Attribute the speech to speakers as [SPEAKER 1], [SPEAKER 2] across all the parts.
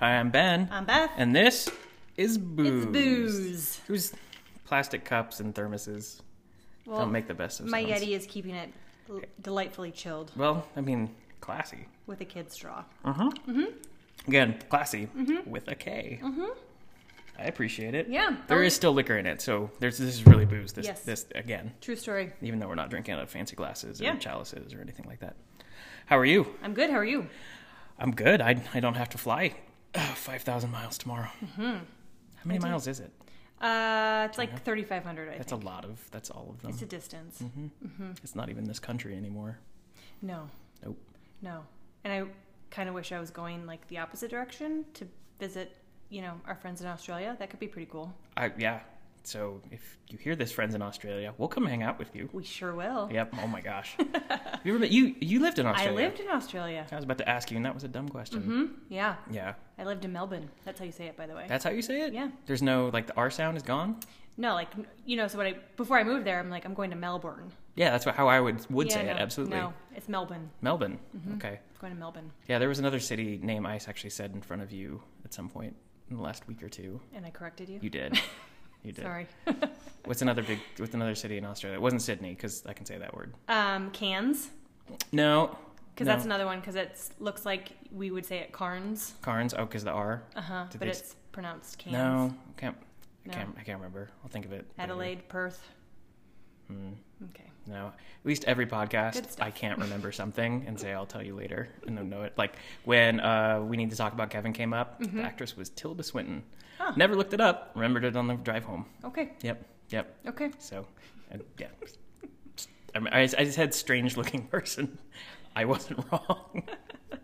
[SPEAKER 1] Hi, I'm Ben.
[SPEAKER 2] I'm Beth.
[SPEAKER 1] and this is booze.
[SPEAKER 2] Um, it's booze.
[SPEAKER 1] Who's plastic cups and thermoses
[SPEAKER 2] Well,
[SPEAKER 1] don't make the best of
[SPEAKER 2] my
[SPEAKER 1] sounds.
[SPEAKER 2] Yeti is keeping it l- delightfully chilled
[SPEAKER 1] Well, I mean, classy.
[SPEAKER 2] with a kid's straw. Mm-hmm.
[SPEAKER 1] Again, classy with a K. I appreciate it.
[SPEAKER 2] Yeah.
[SPEAKER 1] There
[SPEAKER 2] Oh.
[SPEAKER 1] is still liquor in it, so there's this is really booze. This
[SPEAKER 2] Yes.
[SPEAKER 1] this again,
[SPEAKER 2] True story.
[SPEAKER 1] even though we're not drinking out of fancy glasses or
[SPEAKER 2] Yeah.
[SPEAKER 1] chalices or anything like that. How are you?
[SPEAKER 2] I'm good. How are you?
[SPEAKER 1] I'm good. I I don't have to fly uh, five thousand miles tomorrow.
[SPEAKER 2] Mm-hmm.
[SPEAKER 1] How many miles is it?
[SPEAKER 2] Uh, it's like 3,500.
[SPEAKER 1] That's
[SPEAKER 2] I
[SPEAKER 1] Mm-hmm. a
[SPEAKER 2] think.
[SPEAKER 1] lot of. That's all of them.
[SPEAKER 2] It's a distance.
[SPEAKER 1] It's not even this country anymore.
[SPEAKER 2] No,
[SPEAKER 1] Nope.
[SPEAKER 2] no. And I kind of wish I was going like the opposite direction to visit, you know, our friends in Australia. That could be pretty cool.
[SPEAKER 1] I yeah. So if you hear this, friends in Australia, we'll come hang out with you.
[SPEAKER 2] We sure will.
[SPEAKER 1] Yep. Oh my gosh. you ever been, you you lived in
[SPEAKER 2] I
[SPEAKER 1] Australia.
[SPEAKER 2] lived Mm-hmm. in Australia.
[SPEAKER 1] I was about to ask you, and that was a dumb question.
[SPEAKER 2] Yeah.
[SPEAKER 1] Yeah.
[SPEAKER 2] I lived in Melbourne. That's how you say it, by the way.
[SPEAKER 1] That's how you say it.
[SPEAKER 2] Yeah.
[SPEAKER 1] There's no like the R sound is gone.
[SPEAKER 2] no, like you know, so when I before I moved there, I'm like I'm going to Melbourne.
[SPEAKER 1] Yeah, that's what, how I would would
[SPEAKER 2] Yeah,
[SPEAKER 1] say
[SPEAKER 2] no,
[SPEAKER 1] it. Absolutely.
[SPEAKER 2] No, Mm-hmm. it's Melbourne.
[SPEAKER 1] Melbourne. Okay.
[SPEAKER 2] I'm going to Melbourne,
[SPEAKER 1] Yeah, there was another city name Ice actually said in front of you at some point in the last week or two.
[SPEAKER 2] and I corrected you.
[SPEAKER 1] You did. You did.
[SPEAKER 2] Sorry.
[SPEAKER 1] What's another big? What's another city in Australia? It wasn't Sydney because I can say that word.
[SPEAKER 2] Um, Cairns,
[SPEAKER 1] No.
[SPEAKER 2] because
[SPEAKER 1] no.
[SPEAKER 2] that's another one. Because it looks like we would say it Carnes,
[SPEAKER 1] Carnes. Oh, because the R.
[SPEAKER 2] uh huh,
[SPEAKER 1] Did
[SPEAKER 2] but
[SPEAKER 1] they
[SPEAKER 2] it's pronounced Cairns.
[SPEAKER 1] No, can't. I
[SPEAKER 2] No.
[SPEAKER 1] can't. I can't remember. I'll think of it. later. Hmm,
[SPEAKER 2] Adelaide, Perth. Okay.
[SPEAKER 1] No, at least every podcast,
[SPEAKER 2] Good stuff.
[SPEAKER 1] I can't remember something and say I'll tell you later, and then know it. Like when uh, we need to talk about Kevin came up,
[SPEAKER 2] Mm-hmm.
[SPEAKER 1] the actress was Tilda Swinton.
[SPEAKER 2] Huh.
[SPEAKER 1] Never looked it up. Remembered it on the drive home.
[SPEAKER 2] Okay.
[SPEAKER 1] Yep. Yep.
[SPEAKER 2] Okay.
[SPEAKER 1] So, and yeah. I, mean, I, just- I just had strange looking person. I wasn't wrong.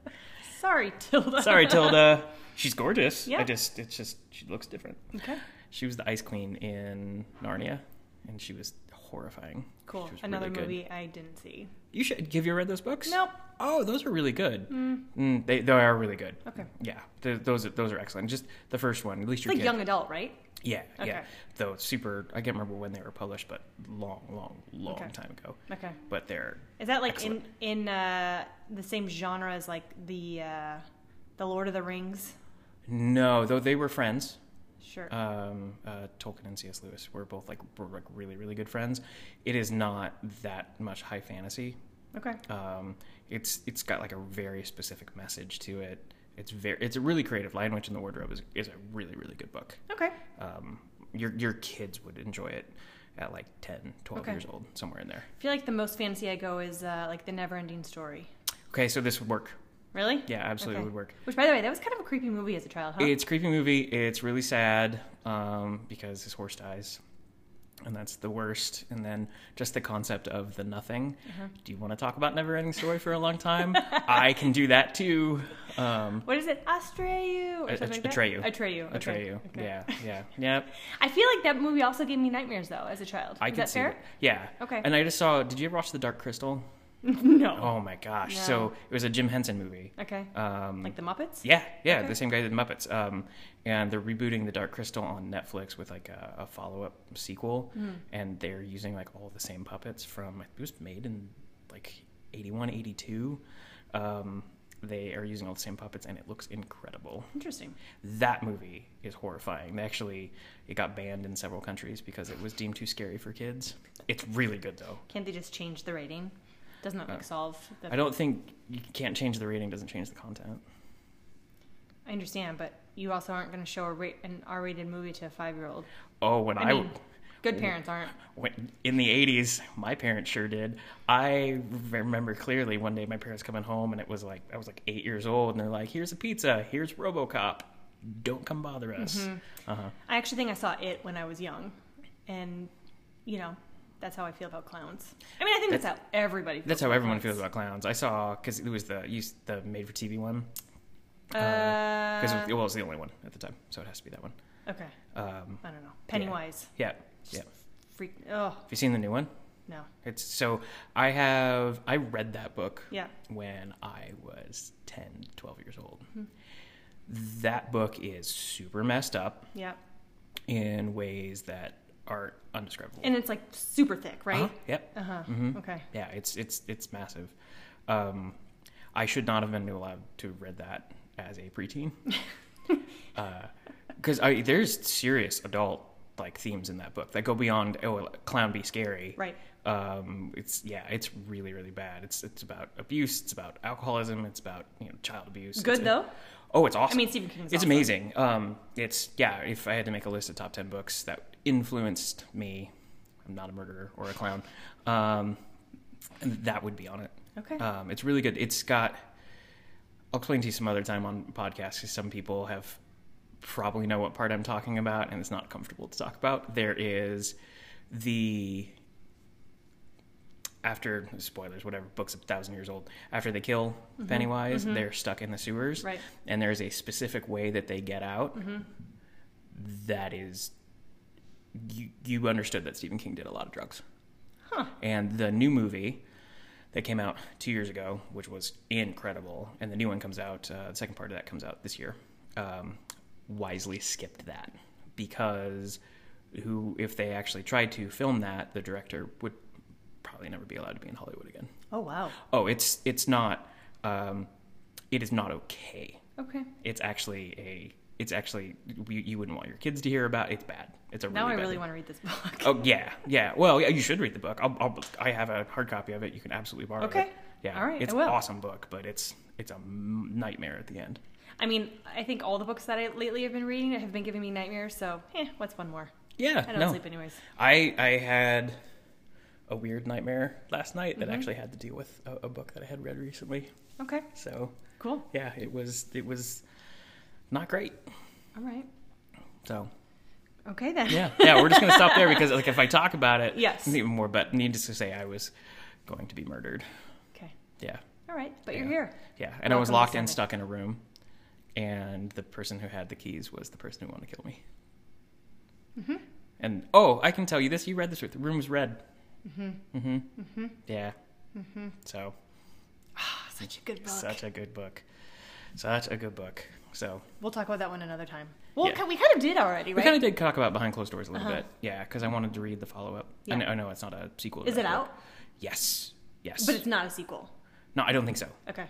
[SPEAKER 2] Sorry, Tilda.
[SPEAKER 1] Sorry, Tilda. She's gorgeous. I
[SPEAKER 2] Yeah.
[SPEAKER 1] just, it's just, she looks different.
[SPEAKER 2] Okay.
[SPEAKER 1] She was the ice queen in Narnia, and she was horrifying.
[SPEAKER 2] Cool.
[SPEAKER 1] She was
[SPEAKER 2] Another
[SPEAKER 1] really good.
[SPEAKER 2] movie I didn't see.
[SPEAKER 1] You should. Have you ever read those books?
[SPEAKER 2] Nope. Hmm.
[SPEAKER 1] Oh, those are really good. Mm, they, they are really good.
[SPEAKER 2] Okay.
[SPEAKER 1] Yeah, th- those are, those are excellent. Just the first one, at least
[SPEAKER 2] It's
[SPEAKER 1] your
[SPEAKER 2] like
[SPEAKER 1] kid.
[SPEAKER 2] young adult, right?
[SPEAKER 1] Yeah, yeah.
[SPEAKER 2] Okay.
[SPEAKER 1] Though super, I can't remember when they were published, but long, long, long
[SPEAKER 2] Okay.
[SPEAKER 1] time ago.
[SPEAKER 2] Okay.
[SPEAKER 1] But they're
[SPEAKER 2] Is that like
[SPEAKER 1] Excellent.
[SPEAKER 2] in in uh, the same genre as like the uh, the Lord of the Rings?
[SPEAKER 1] no, though they were friends.
[SPEAKER 2] Sure.
[SPEAKER 1] Um, uh, Tolkien and C.S. Lewis were both like were like really really good friends. It is not that much high fantasy.
[SPEAKER 2] okay.
[SPEAKER 1] Um, it's it's got like a very specific message to it. It's very it's a really creative. Lion Witch in the Wardrobe is, is a really really good book.
[SPEAKER 2] Okay.
[SPEAKER 1] Um, your your kids would enjoy it at like 10, 12
[SPEAKER 2] Okay.
[SPEAKER 1] years old, somewhere in there.
[SPEAKER 2] I feel like the most fancy I go is uh, like the Never Ending Story.
[SPEAKER 1] Okay, so this would work.
[SPEAKER 2] Really?
[SPEAKER 1] Yeah, absolutely
[SPEAKER 2] Okay. Uh-huh.
[SPEAKER 1] would work.
[SPEAKER 2] Which, by the way, that was kind of a creepy movie as a child, huh?
[SPEAKER 1] It's a creepy movie. It's really sad um, because his horse dies, and that's the worst. And then just the concept of the nothing.
[SPEAKER 2] Uh-huh.
[SPEAKER 1] Do you want to talk about never ending story for a long time? I can do that too. Um,
[SPEAKER 2] what is it? Astray you? Or
[SPEAKER 1] I- I
[SPEAKER 2] something like that?
[SPEAKER 1] betray you.
[SPEAKER 2] Atreyu. Okay.
[SPEAKER 1] betray you.
[SPEAKER 2] Okay.
[SPEAKER 1] Yeah, yeah, yep.
[SPEAKER 2] I feel like that movie also gave me nightmares though as a child.
[SPEAKER 1] I
[SPEAKER 2] is
[SPEAKER 1] can
[SPEAKER 2] that
[SPEAKER 1] see.
[SPEAKER 2] fair?
[SPEAKER 1] it. Yeah.
[SPEAKER 2] Okay.
[SPEAKER 1] And I just saw. Did you ever watch The Dark Crystal?
[SPEAKER 2] no.
[SPEAKER 1] Oh my gosh!
[SPEAKER 2] No.
[SPEAKER 1] So it was a Jim Henson movie.
[SPEAKER 2] Okay.
[SPEAKER 1] Um,
[SPEAKER 2] like the Muppets?
[SPEAKER 1] yeah, yeah,
[SPEAKER 2] Okay.
[SPEAKER 1] the same guy that did Muppets. Um, and they're rebooting The Dark Crystal on Netflix with like a, a follow up sequel,
[SPEAKER 2] Hmm.
[SPEAKER 1] and they're using like all the same puppets from it was made in like 81, 82. Um, they are using all the same puppets, and it looks incredible.
[SPEAKER 2] Interesting.
[SPEAKER 1] That movie is horrifying. They actually, it got banned in several countries because it was deemed too scary for kids. It's really good though.
[SPEAKER 2] Can't they just change the rating? Doesn't that like solve the
[SPEAKER 1] Uh, I don't think you can't change the rating; doesn't change the content.
[SPEAKER 2] I understand, but you also aren't going to show a ra- an R-rated movie to a 5-year-old.
[SPEAKER 1] Oh, when
[SPEAKER 2] I
[SPEAKER 1] I,
[SPEAKER 2] mean,
[SPEAKER 1] Oh.
[SPEAKER 2] good parents aren't.
[SPEAKER 1] when, in the 80s, my parents sure did. I remember clearly one day my parents coming home and it was like, I was like eight years old and they're like, here's a pizza, here's Robocop. Don't come bother us.
[SPEAKER 2] Mm-hmm.
[SPEAKER 1] Uh-huh.
[SPEAKER 2] I actually think I saw it when I was young, and you know, that's how I feel about clowns. I mean, I think that's, how everybody. Feels
[SPEAKER 1] That's how
[SPEAKER 2] about
[SPEAKER 1] everyone feels
[SPEAKER 2] clowns.
[SPEAKER 1] about clowns. I saw, because it was the, used the made for TV one. Because,
[SPEAKER 2] Uh,
[SPEAKER 1] it well, it was the only one at the time. So it has to be that one.
[SPEAKER 2] okay,
[SPEAKER 1] Um,
[SPEAKER 2] I don't know. Pennywise,
[SPEAKER 1] yeah. Yeah.
[SPEAKER 2] freak. Oh
[SPEAKER 1] Have you seen the new one?
[SPEAKER 2] no,
[SPEAKER 1] It's so I have, I read that book.
[SPEAKER 2] yeah.
[SPEAKER 1] when I was 10, 12 years old.
[SPEAKER 2] Mm-hmm.
[SPEAKER 1] That book is super messed up
[SPEAKER 2] Yeah,
[SPEAKER 1] in ways that are undescribable.
[SPEAKER 2] and it's like super thick,
[SPEAKER 1] Uh-huh, Mm-hmm.
[SPEAKER 2] right?
[SPEAKER 1] Yep.
[SPEAKER 2] Uh huh. Okay.
[SPEAKER 1] Yeah, it's it's it's massive. Um, I should not have been allowed to have read that as a preteen. because I there's serious adult like themes in that book that go beyond oh clown be scary
[SPEAKER 2] Right.
[SPEAKER 1] um it's yeah it's really really bad it's it's about abuse it's about alcoholism it's about you know child abuse
[SPEAKER 2] Good,
[SPEAKER 1] It's a-
[SPEAKER 2] though?
[SPEAKER 1] oh it's awesome
[SPEAKER 2] I mean, Stephen King's
[SPEAKER 1] it's
[SPEAKER 2] awesome.
[SPEAKER 1] amazing um it's yeah if i had to make a list of top 10 books that influenced me i'm not a murderer or a clown um that would be on it
[SPEAKER 2] Okay.
[SPEAKER 1] um it's really good it's got i'll explain to you some other time on podcasts because some people have probably know what part i'm talking about and it's not comfortable to talk about there is the after spoilers, whatever, book's a thousand years old. After they kill Pennywise, they're stuck in the sewers,
[SPEAKER 2] Mm-hmm. Right. Mm-hmm.
[SPEAKER 1] and there's a specific way that they get out. that is, you, you understood that Stephen King did a lot of drugs,
[SPEAKER 2] Huh.
[SPEAKER 1] and the new movie that came out two years ago, which was incredible, and the new one comes out. Uh, the second part of that comes out this year. Um, wisely skipped that because who, if they actually tried to film that, the director would probably never be allowed to be in Hollywood again.
[SPEAKER 2] Oh, wow.
[SPEAKER 1] Oh, it's it's not. Um, it is not okay.
[SPEAKER 2] Okay.
[SPEAKER 1] It's actually a. It's actually you, you wouldn't want your kids to hear about. It's bad. It's a
[SPEAKER 2] now
[SPEAKER 1] really
[SPEAKER 2] I
[SPEAKER 1] bad
[SPEAKER 2] really
[SPEAKER 1] thing.
[SPEAKER 2] want to read this book.
[SPEAKER 1] Oh yeah, yeah. Well, yeah, you should read the book. I'll, I'll, I have a hard copy of it. You can absolutely borrow it.
[SPEAKER 2] Okay.
[SPEAKER 1] Yeah.
[SPEAKER 2] All right,
[SPEAKER 1] It's
[SPEAKER 2] I will.
[SPEAKER 1] an awesome book, but it's it's a m- nightmare at the end.
[SPEAKER 2] I mean, I think all the books that I lately have been reading have been giving me nightmares, so eh, what's one more?
[SPEAKER 1] Yeah.
[SPEAKER 2] I don't
[SPEAKER 1] no.
[SPEAKER 2] sleep anyways.
[SPEAKER 1] I I had a weird nightmare last night
[SPEAKER 2] Mm-hmm.
[SPEAKER 1] that actually had to do with a, a book that I had read recently.
[SPEAKER 2] Okay,
[SPEAKER 1] So
[SPEAKER 2] cool.
[SPEAKER 1] yeah, it was it was not great.
[SPEAKER 2] All right.
[SPEAKER 1] So
[SPEAKER 2] Okay then.
[SPEAKER 1] yeah, yeah, we're just gonna stop there because like if I talk about it,
[SPEAKER 2] Yes.
[SPEAKER 1] even more. But needless to say, I was going to be murdered.
[SPEAKER 2] Okay.
[SPEAKER 1] Yeah,
[SPEAKER 2] All right, but you're
[SPEAKER 1] Yeah.
[SPEAKER 2] here.
[SPEAKER 1] yeah, and I was
[SPEAKER 2] Welcome to
[SPEAKER 1] locked in,
[SPEAKER 2] Sunday.
[SPEAKER 1] stuck in a room, and the person who had the keys was the person who wanted to kill me. Mm-hmm. And oh, I can tell you this: you read this. The room was red. Mm-hmm. Mm-hmm. Mm-hmm. Yeah. Mm-hmm. So
[SPEAKER 2] Oh, such a good book.
[SPEAKER 1] such a good book, such a good book. So
[SPEAKER 2] We'll talk about that one another time. Well,
[SPEAKER 1] Yeah.
[SPEAKER 2] ki- we kind of did already,
[SPEAKER 1] we
[SPEAKER 2] right?
[SPEAKER 1] kind of did talk about behind closed doors a little
[SPEAKER 2] Uh-huh.
[SPEAKER 1] bit, yeah, because I wanted to read the follow up.
[SPEAKER 2] Yeah.
[SPEAKER 1] I, know, I know it's not a sequel. to
[SPEAKER 2] Is it
[SPEAKER 1] that book.
[SPEAKER 2] out?
[SPEAKER 1] Yes. Yes.
[SPEAKER 2] But it's not a sequel.
[SPEAKER 1] no, I don't think so.
[SPEAKER 2] Okay.
[SPEAKER 1] I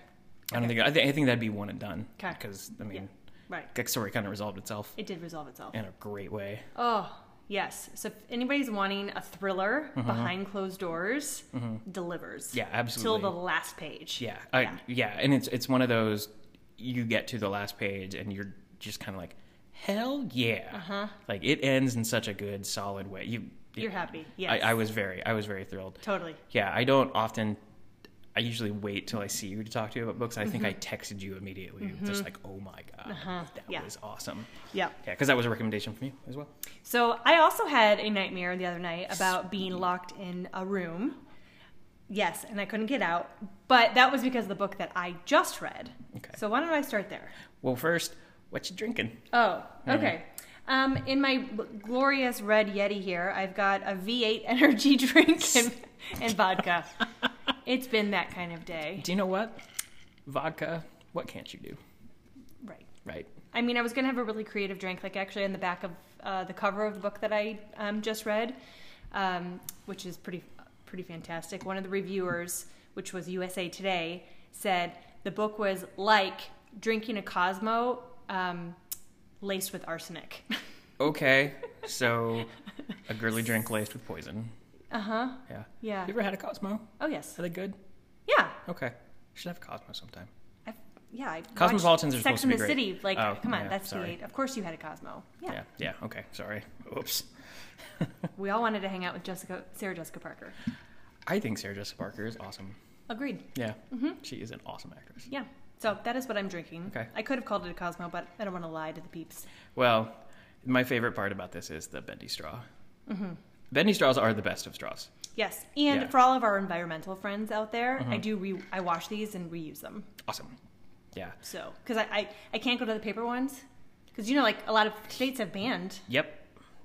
[SPEAKER 1] don't
[SPEAKER 2] Okay.
[SPEAKER 1] think. I, th- I think that'd be one and done.
[SPEAKER 2] 'Kay.
[SPEAKER 1] Because I mean,
[SPEAKER 2] Right.
[SPEAKER 1] that story kind of resolved itself
[SPEAKER 2] It did resolve itself.
[SPEAKER 1] in a great way.
[SPEAKER 2] Oh, yes. So if anybody's wanting a thriller behind closed doors, delivers.
[SPEAKER 1] Mm-hmm. Yeah,
[SPEAKER 2] Till
[SPEAKER 1] absolutely.
[SPEAKER 2] the last page.
[SPEAKER 1] yeah, I,
[SPEAKER 2] Yeah.
[SPEAKER 1] yeah, and it's it's one of those you get to the last page and you're just kind of like, hell yeah, uh-huh. like it ends in such a good, solid way. You,
[SPEAKER 2] You're happy. Yes.
[SPEAKER 1] I, I was very, I was very thrilled.
[SPEAKER 2] Totally.
[SPEAKER 1] Yeah, I don't often. I usually wait till I see you to talk to you about books. I
[SPEAKER 2] Mm-hmm.
[SPEAKER 1] think I texted you immediately, just like, "Oh my god, that
[SPEAKER 2] Uh-huh. Yeah.
[SPEAKER 1] was awesome!"
[SPEAKER 2] Yep.
[SPEAKER 1] Yeah, because that was a recommendation from you as well.
[SPEAKER 2] So I also had a nightmare the other night about being locked in a room. Yes, and I couldn't get out. But that was because of the book that I just read.
[SPEAKER 1] Okay.
[SPEAKER 2] So why don't I start there?
[SPEAKER 1] Well, first, what you drinking?
[SPEAKER 2] Oh, okay. Um, in my bl- glorious red Yeti here, I've got a V8 energy drink and, and vodka. it's been that kind of day.
[SPEAKER 1] Do you know what? Vodka. What can't you do?
[SPEAKER 2] Right.
[SPEAKER 1] Right.
[SPEAKER 2] I mean, I was going to have a really creative drink, like actually on the back of uh, the cover of the book that I um, just read, um, which is pretty pretty fantastic. One of the reviewers, which was USA Today, said the book was like drinking a Cosmo um, laced with arsenic.
[SPEAKER 1] Okay. So, a girly drink laced with poison.
[SPEAKER 2] uh huh.
[SPEAKER 1] Yeah.
[SPEAKER 2] Yeah.
[SPEAKER 1] You ever had a Cosmo?
[SPEAKER 2] Oh yes.
[SPEAKER 1] Are they good?
[SPEAKER 2] Yeah.
[SPEAKER 1] Okay. Should have a Cosmo sometime.
[SPEAKER 2] I've, yeah. I watched
[SPEAKER 1] Cosmopolitans are
[SPEAKER 2] Sex
[SPEAKER 1] supposed to
[SPEAKER 2] in
[SPEAKER 1] be
[SPEAKER 2] the
[SPEAKER 1] great.
[SPEAKER 2] City. Like,
[SPEAKER 1] Oh,
[SPEAKER 2] come on,
[SPEAKER 1] yeah,
[SPEAKER 2] that's
[SPEAKER 1] sorry.
[SPEAKER 2] V8. Of course you had a Cosmo. Yeah.
[SPEAKER 1] Yeah. Yeah. Okay. Sorry. Oops.
[SPEAKER 2] We all wanted to hang out with Jessica, Sarah Jessica Parker.
[SPEAKER 1] I think Sarah Jessica Parker is awesome.
[SPEAKER 2] Agreed.
[SPEAKER 1] Yeah. She is an awesome actress.
[SPEAKER 2] Mm-hmm. Yeah. So that is what I'm drinking.
[SPEAKER 1] Okay.
[SPEAKER 2] I could have called it a Cosmo, but I don't want to lie to the peeps.
[SPEAKER 1] Well, my favorite part about this is the bendy straw.
[SPEAKER 2] Mm-hmm.
[SPEAKER 1] Bendy straws are the best of straws.
[SPEAKER 2] Yes. And
[SPEAKER 1] Yeah. Mm-hmm.
[SPEAKER 2] for all of our environmental friends out there, I do re- I wash these and reuse them.
[SPEAKER 1] Awesome. Yeah.
[SPEAKER 2] So because I, I I can't go to the paper ones because you know like a lot of states have banned
[SPEAKER 1] Yep.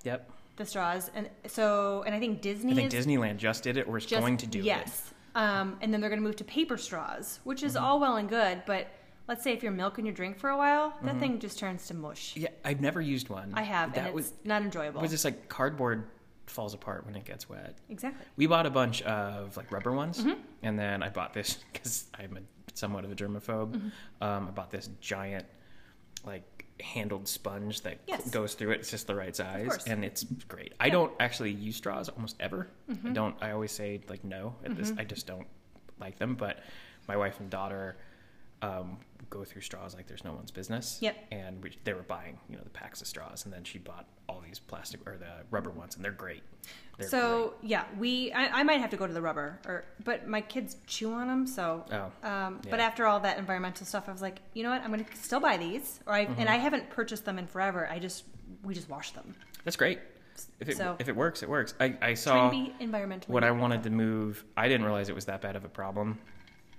[SPEAKER 1] Yep.
[SPEAKER 2] the straws and so and I think Disney
[SPEAKER 1] I think
[SPEAKER 2] is
[SPEAKER 1] Disneyland just did it or is
[SPEAKER 2] just-
[SPEAKER 1] going to do it.
[SPEAKER 2] yes. Um, and then they're going to move to paper straws, which
[SPEAKER 1] Mm-hmm.
[SPEAKER 2] is all well and good, but let's say if you're milking your drink for a while, that thing just turns to mush.
[SPEAKER 1] Mm-hmm. Yeah, I've never used one.
[SPEAKER 2] I have,
[SPEAKER 1] That
[SPEAKER 2] and
[SPEAKER 1] was
[SPEAKER 2] it's not enjoyable.
[SPEAKER 1] was just like cardboard falls apart when it gets wet.
[SPEAKER 2] exactly.
[SPEAKER 1] We bought a bunch of like rubber ones,
[SPEAKER 2] Mm-hmm.
[SPEAKER 1] and then I bought this
[SPEAKER 2] Mm-hmm.
[SPEAKER 1] because I'm a, somewhat of a germaphobe. Um, I bought this giant like handled sponge that
[SPEAKER 2] Yes.
[SPEAKER 1] goes through it. It's just the right size,
[SPEAKER 2] course.
[SPEAKER 1] and it's great. I
[SPEAKER 2] Yeah. Mm-hmm.
[SPEAKER 1] don't actually use straws almost ever. I don't. I always say like no at this. I just don't like them. But my wife and daughter um, go through straws like there's no one's business.
[SPEAKER 2] Yep.
[SPEAKER 1] And we, they were buying you know the packs of straws, and then she bought all these plastic or the rubber ones, and they're great. They're
[SPEAKER 2] so yeah, we I, I might have to go to the rubber, or but my kids chew on them. So,
[SPEAKER 1] Oh,
[SPEAKER 2] um, but
[SPEAKER 1] yeah.
[SPEAKER 2] after all that environmental stuff, I was like, you know what, I'm going to still buy these, or I
[SPEAKER 1] Mm-hmm.
[SPEAKER 2] and I haven't purchased them in forever. I just we just wash them.
[SPEAKER 1] That's great. If it
[SPEAKER 2] So-
[SPEAKER 1] if it works, it works. I I saw
[SPEAKER 2] Trying to be environmentally.
[SPEAKER 1] what I wanted to move. I didn't realize it was that bad of a problem.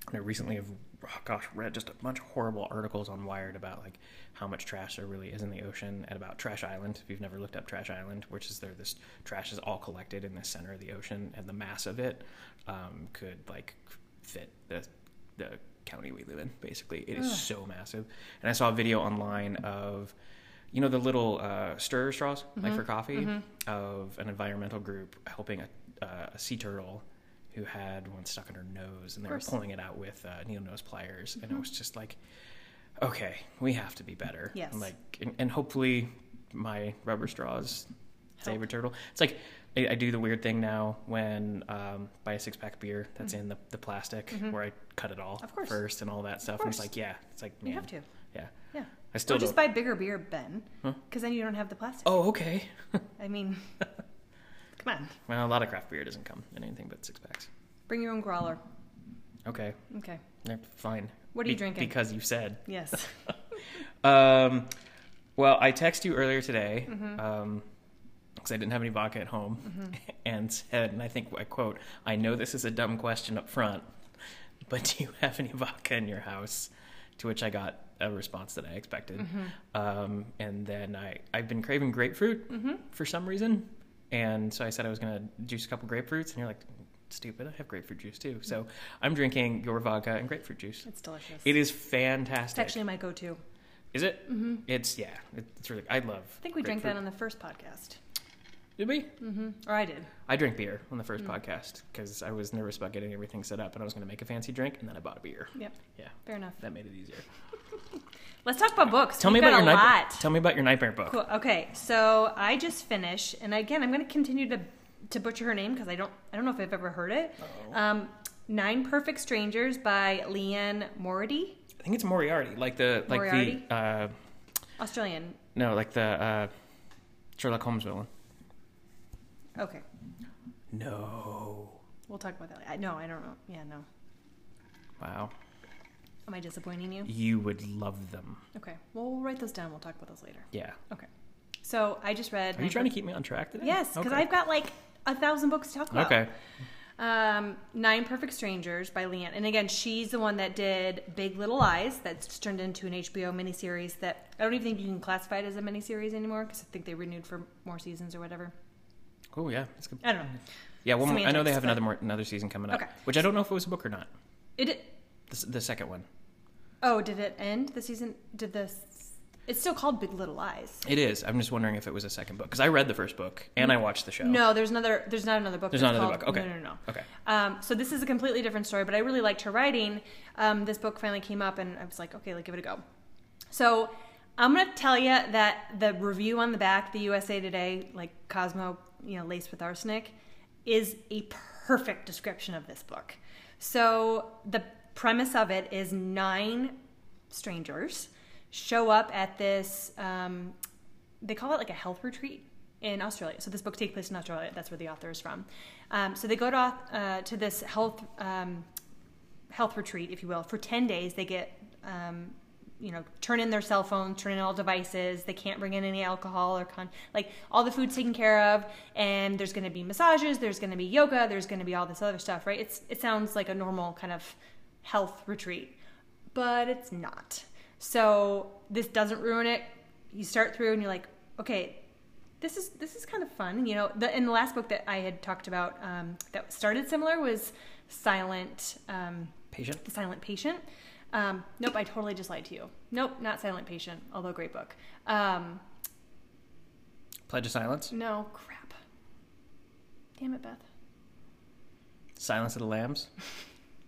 [SPEAKER 1] And I recently have, oh gosh, read just a bunch of horrible articles on Wired about like how much trash there really is in the ocean and about Trash Island. If you've never looked up Trash Island, which is there, this trash is all collected in the center of the ocean, and the mass of it um, could like fit the the county we live in. Basically, it is so massive. And I saw a video online of you know the little uh, stir straws
[SPEAKER 2] Mm-hmm.
[SPEAKER 1] like for coffee of an environmental group helping a, uh, a sea turtle who had one stuck in her nose and they were
[SPEAKER 2] course. Mm-hmm.
[SPEAKER 1] pulling it out with uh, needle nose pliers and it was just like okay we have to be better
[SPEAKER 2] Yes.
[SPEAKER 1] like and, and hopefully my rubber straws save a turtle it's like I, I do the weird thing now when um, buy a six pack of beer that's
[SPEAKER 2] Mm.
[SPEAKER 1] in the, the plastic where I cut it all
[SPEAKER 2] Mm-hmm. Of course.
[SPEAKER 1] first and all that stuff and it's
[SPEAKER 2] course.
[SPEAKER 1] like yeah it's like
[SPEAKER 2] You
[SPEAKER 1] man,
[SPEAKER 2] have to.
[SPEAKER 1] yeah
[SPEAKER 2] Yeah.
[SPEAKER 1] I still
[SPEAKER 2] or just
[SPEAKER 1] don't-
[SPEAKER 2] buy bigger beer, Ben, because then you don't have the plastic.
[SPEAKER 1] oh okay
[SPEAKER 2] I mean, come on,
[SPEAKER 1] Well, a lot of craft beer doesn't come in anything but six packs.
[SPEAKER 2] bring your own growler.
[SPEAKER 1] Okay,
[SPEAKER 2] Okay.
[SPEAKER 1] they're fine.
[SPEAKER 2] What are you drinking?
[SPEAKER 1] Because you said.
[SPEAKER 2] Yes.
[SPEAKER 1] Um, well, I texted you earlier today because
[SPEAKER 2] Mm-hmm.
[SPEAKER 1] I didn't have any vodka at home, and said, and I think I quote, "I know this is a dumb question up front, but do you have any vodka in your house?" To which I got a response that I expected,
[SPEAKER 2] Mm-hmm.
[SPEAKER 1] um, and then I I've been craving grapefruit
[SPEAKER 2] Mm-hmm.
[SPEAKER 1] for some reason, and so I said I was gonna juice a couple grapefruits, and you're like, "Stupid! I have grapefruit juice too." So I'm drinking your vodka and grapefruit juice.
[SPEAKER 2] Mm-hmm. it's delicious.
[SPEAKER 1] It is
[SPEAKER 2] It's
[SPEAKER 1] fantastic.
[SPEAKER 2] actually my go-to.
[SPEAKER 1] Is it? Mm-hmm. It's yeah. It's really. I love.
[SPEAKER 2] I think we drank that on the first podcast. Mm-hmm.
[SPEAKER 1] Did we?
[SPEAKER 2] Or I did.
[SPEAKER 1] I drank beer on the
[SPEAKER 2] Mm.
[SPEAKER 1] first podcast because I was nervous about getting everything set up, and I was going to make a fancy drink, and then I bought a beer.
[SPEAKER 2] Yep.
[SPEAKER 1] Yeah,
[SPEAKER 2] Fair enough.
[SPEAKER 1] that made it easier.
[SPEAKER 2] Let's talk about books.
[SPEAKER 1] Tell
[SPEAKER 2] We've
[SPEAKER 1] me about
[SPEAKER 2] got
[SPEAKER 1] your
[SPEAKER 2] a
[SPEAKER 1] nightmare.
[SPEAKER 2] lot.
[SPEAKER 1] Tell me about your nightmare book.
[SPEAKER 2] Cool. Okay, so I just finished, and again, I'm going to continue to to butcher her name because I don't I don't know if I've ever heard it. Um, Nine Perfect Strangers by Leanne Mority,
[SPEAKER 1] I think it's Moriarty, like the like
[SPEAKER 2] Moriarty?
[SPEAKER 1] the uh,
[SPEAKER 2] Australian.
[SPEAKER 1] no, like the uh, Sherlock Holmes villain.
[SPEAKER 2] Okay,
[SPEAKER 1] No.
[SPEAKER 2] we'll talk about that. later. I, no, I don't know. Yeah, no.
[SPEAKER 1] Wow,
[SPEAKER 2] Am I disappointing you?
[SPEAKER 1] you would love them.
[SPEAKER 2] Okay, well we'll write those down. We'll talk about those later.
[SPEAKER 1] Yeah.
[SPEAKER 2] Okay, so I just read.
[SPEAKER 1] Are you trying to keep me on track today?
[SPEAKER 2] Yes, because I've got like a thousand books to talk about.
[SPEAKER 1] Okay.
[SPEAKER 2] Um, Nine Perfect Strangers by Leanne. And again, she's the one that did Big Little Lies, that's turned into an HBO miniseries that I don't even think you can classify it as a miniseries anymore because I think they renewed for more seasons or whatever.
[SPEAKER 1] Oh yeah. That's good.
[SPEAKER 2] I don't know.
[SPEAKER 1] Yeah. One more, I know they
[SPEAKER 2] Semantics,
[SPEAKER 1] have
[SPEAKER 2] but-
[SPEAKER 1] another more, another season coming up,
[SPEAKER 2] Okay.
[SPEAKER 1] which I don't know if it was a book or not.
[SPEAKER 2] It, it
[SPEAKER 1] The, s- the second one.
[SPEAKER 2] oh, did it end the season? Did the It's still called Big Little Lies.
[SPEAKER 1] It is. I'm just wondering if it was a second book because I read the first book and I watched the show.
[SPEAKER 2] No, there's another. There's not another book.
[SPEAKER 1] There's
[SPEAKER 2] that's
[SPEAKER 1] not another
[SPEAKER 2] called-
[SPEAKER 1] book. Okay.
[SPEAKER 2] No, no, no.
[SPEAKER 1] Okay.
[SPEAKER 2] Um, so this is a completely different story, but I really liked her writing. Um, this book finally came up, and I was like, okay, like give it a go. So I'm gonna tell you that the review on the back, the USA Today, like Cosmo, you know, laced with arsenic, is a perfect description of this book. So the premise of it is nine strangers show up at this. Um, they call it like a health retreat in Australia. So this book takes place in Australia. That's where the author is from. Um, so they go to uh, to this health um, health retreat, if you will, for ten days. They get um, you know turn in their cell phones, turn in all devices. They can't bring in any alcohol or con like all the food's taken care of. And there's going to be massages. There's going to be yoga. There's going to be all this other stuff, right? It's it sounds like a normal kind of health retreat but it's not. So this doesn't ruin it. You start through and you're like, okay, this is this is kind of fun. You know, the in the last book that I had talked about um, that started similar was Silent um,
[SPEAKER 1] Patient.
[SPEAKER 2] the Silent Patient. Um, nope, I totally just lied to you. Nope, not Silent Patient, although great book. Um,
[SPEAKER 1] Pledge of Silence.
[SPEAKER 2] no, crap. Damn it, Beth.
[SPEAKER 1] Silence of the Lambs.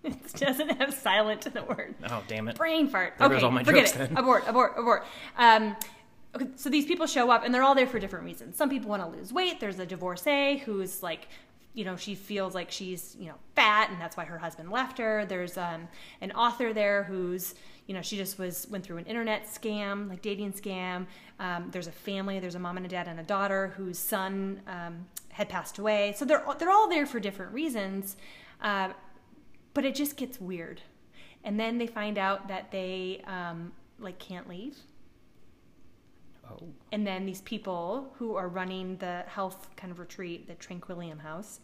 [SPEAKER 2] It doesn't have silent in the word.
[SPEAKER 1] Oh damn it.
[SPEAKER 2] brain fart.
[SPEAKER 1] There
[SPEAKER 2] okay,
[SPEAKER 1] goes all my
[SPEAKER 2] forget
[SPEAKER 1] jokes
[SPEAKER 2] it.
[SPEAKER 1] then.
[SPEAKER 2] Abort, abort, abort. Um, okay, so these people show up and they're all there for different reasons. Some people want to lose weight. There's a divorcee who's like, you know, she feels like she's, you know, fat and that's why her husband left her. There's um, an author there who's, you know, she just was went through an internet scam, like dating scam. Um, there's a family, there's a mom and a dad and a daughter whose son um, had passed away. So they're all- they're all there for different reasons, uh, but it just gets weird. And then they find out that they um, like can't leave
[SPEAKER 1] Oh,
[SPEAKER 2] and then these people who are running the health kind of retreat, the Tranquillium House.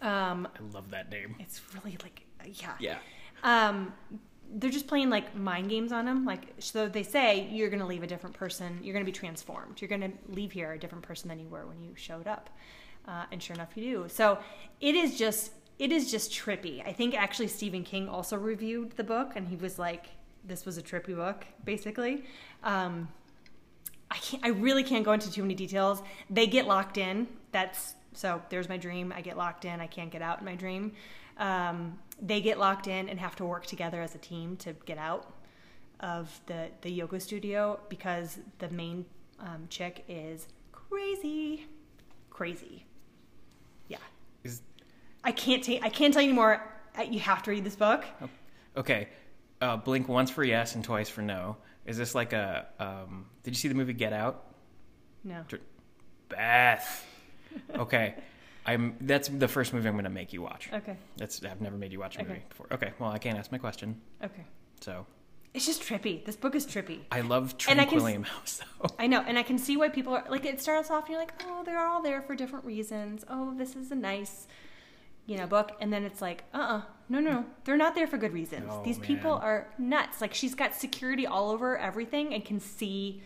[SPEAKER 2] Um,
[SPEAKER 1] I love that name.
[SPEAKER 2] it's really like, yeah.
[SPEAKER 1] Yeah.
[SPEAKER 2] Um, they're just playing like mind games on them. Like, so they say you're going to leave a different person. You're going to be transformed. You're going to leave here a different person than you were when you showed up. Uh, and sure enough, you do. So it is just, it is just trippy. I think actually Stephen King also reviewed the book, and he was like, "This was a trippy book, basically." Um, I can't. I really can't go into too many details. They get locked in. That's so. There's my dream. I get locked in. I can't get out in my dream. Um, they get locked in and have to work together as a team to get out of the the yoga studio because the main um, chick is crazy, crazy. Yeah,
[SPEAKER 1] Is
[SPEAKER 2] I can't take. I can't tell you anymore. I- You have to read this book.
[SPEAKER 1] Oh. okay. Uh, blink once for yes and twice for no. Is this like a? Um, did you see the movie Get Out?
[SPEAKER 2] No.
[SPEAKER 1] Dr- Beth. Okay. I'm. That's the first movie I'm going to make you watch.
[SPEAKER 2] Okay.
[SPEAKER 1] That's I've never made you watch a
[SPEAKER 2] Okay.
[SPEAKER 1] movie before. Okay. Well, I can't ask my question.
[SPEAKER 2] Okay.
[SPEAKER 1] So
[SPEAKER 2] It's just trippy. This book is trippy.
[SPEAKER 1] I love
[SPEAKER 2] And I can s-
[SPEAKER 1] Tranquillium House though.
[SPEAKER 2] I know, and I can see why people are like. It starts off, and you're like, oh, they're all there for different reasons. Oh, this is a nice, you know, book, and then it's like, uh, uh no, no, they're not there for good reasons.
[SPEAKER 1] No,
[SPEAKER 2] These people
[SPEAKER 1] Oh, man.
[SPEAKER 2] are nuts. Like she's got security all over everything and can see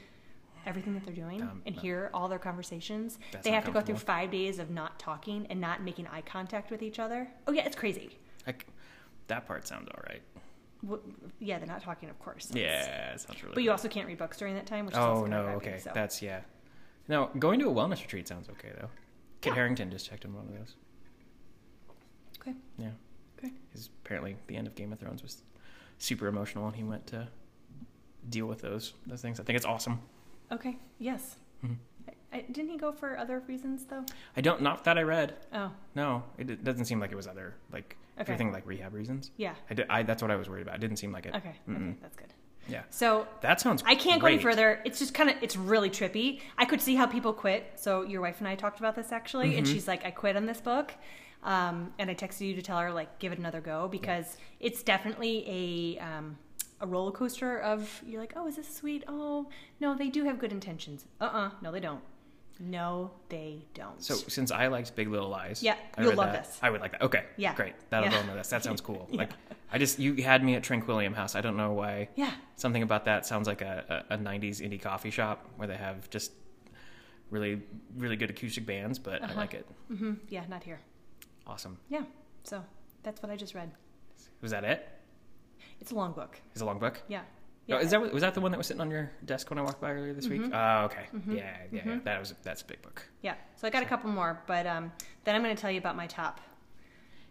[SPEAKER 2] everything that they're doing
[SPEAKER 1] Um,
[SPEAKER 2] and
[SPEAKER 1] no.
[SPEAKER 2] hear all their conversations.
[SPEAKER 1] That's
[SPEAKER 2] They
[SPEAKER 1] not
[SPEAKER 2] have to go through
[SPEAKER 1] comfortable.
[SPEAKER 2] five days of not talking and not making eye contact with each other. Oh yeah, it's crazy.
[SPEAKER 1] I c that part sounds all right.
[SPEAKER 2] W yeah, they're not talking, of course. It's-
[SPEAKER 1] Yeah, it sounds really.
[SPEAKER 2] But you
[SPEAKER 1] good.
[SPEAKER 2] also can't read books during that time, which is also
[SPEAKER 1] Oh
[SPEAKER 2] kinda
[SPEAKER 1] no.
[SPEAKER 2] crappy,
[SPEAKER 1] Okay.
[SPEAKER 2] so.
[SPEAKER 1] That's yeah. No, going to a wellness retreat sounds okay though. Kit
[SPEAKER 2] Yeah.
[SPEAKER 1] Harrington just checked in one of those.
[SPEAKER 2] okay.
[SPEAKER 1] Yeah.
[SPEAKER 2] Okay.
[SPEAKER 1] Because apparently the end of Game of Thrones was super emotional, and he went to deal with those those things. I think it's awesome.
[SPEAKER 2] Okay. Yes.
[SPEAKER 1] Mhm.
[SPEAKER 2] I, I, didn't he go for other reasons though?
[SPEAKER 1] I don't not that I read.
[SPEAKER 2] Oh,
[SPEAKER 1] No, it d- doesn't seem like it was other like
[SPEAKER 2] Okay.
[SPEAKER 1] everything like rehab reasons.
[SPEAKER 2] yeah.
[SPEAKER 1] I, did, I that's what I was worried about. It didn't seem like it.
[SPEAKER 2] Okay. Okay,
[SPEAKER 1] Mm-mm.
[SPEAKER 2] that's good.
[SPEAKER 1] Yeah.
[SPEAKER 2] So
[SPEAKER 1] That sounds.
[SPEAKER 2] I can't go any
[SPEAKER 1] Mm-hmm. great.
[SPEAKER 2] further. It's just kind of it's really trippy. I could see how people quit. So your wife and I talked about this actually, and
[SPEAKER 1] Mhm.
[SPEAKER 2] she's like, "I quit on this book," um, and I texted you to tell her like, "Give it another go," because it's definitely a um, a roller coaster of you're like, "Oh, is this sweet? Oh, no, they do have good intentions. Uh, uh no, they don't. No, they don't."
[SPEAKER 1] So since I liked Big Little Lies,
[SPEAKER 2] Yeah,
[SPEAKER 1] I
[SPEAKER 2] you'll
[SPEAKER 1] read
[SPEAKER 2] love
[SPEAKER 1] that.
[SPEAKER 2] this.
[SPEAKER 1] I would like that. Okay,
[SPEAKER 2] Yeah.
[SPEAKER 1] great. That'll
[SPEAKER 2] Yeah.
[SPEAKER 1] go on my list. That sounds cool.
[SPEAKER 2] Yeah.
[SPEAKER 1] Like I just you had me at Tranquillium House. I don't know why.
[SPEAKER 2] yeah,
[SPEAKER 1] Something about that sounds like a, a, a 90s indie coffee shop where they have just really, really good acoustic bands, but I
[SPEAKER 2] Uh-huh.
[SPEAKER 1] like it.
[SPEAKER 2] hmm yeah, not here.
[SPEAKER 1] Awesome.
[SPEAKER 2] Yeah. So that's what I just read.
[SPEAKER 1] Was that it?
[SPEAKER 2] It's a long book.
[SPEAKER 1] Is it a long book?
[SPEAKER 2] Yeah.
[SPEAKER 1] Oh,
[SPEAKER 2] Yeah.
[SPEAKER 1] is that was that the one that was sitting on your desk when I walked by earlier this week? Oh, okay. Yeah,
[SPEAKER 2] Mhm.
[SPEAKER 1] yeah, yeah.
[SPEAKER 2] Mhm.
[SPEAKER 1] That was that's a big book.
[SPEAKER 2] yeah. So I got a couple more, but um, then I'm going to tell you about my top,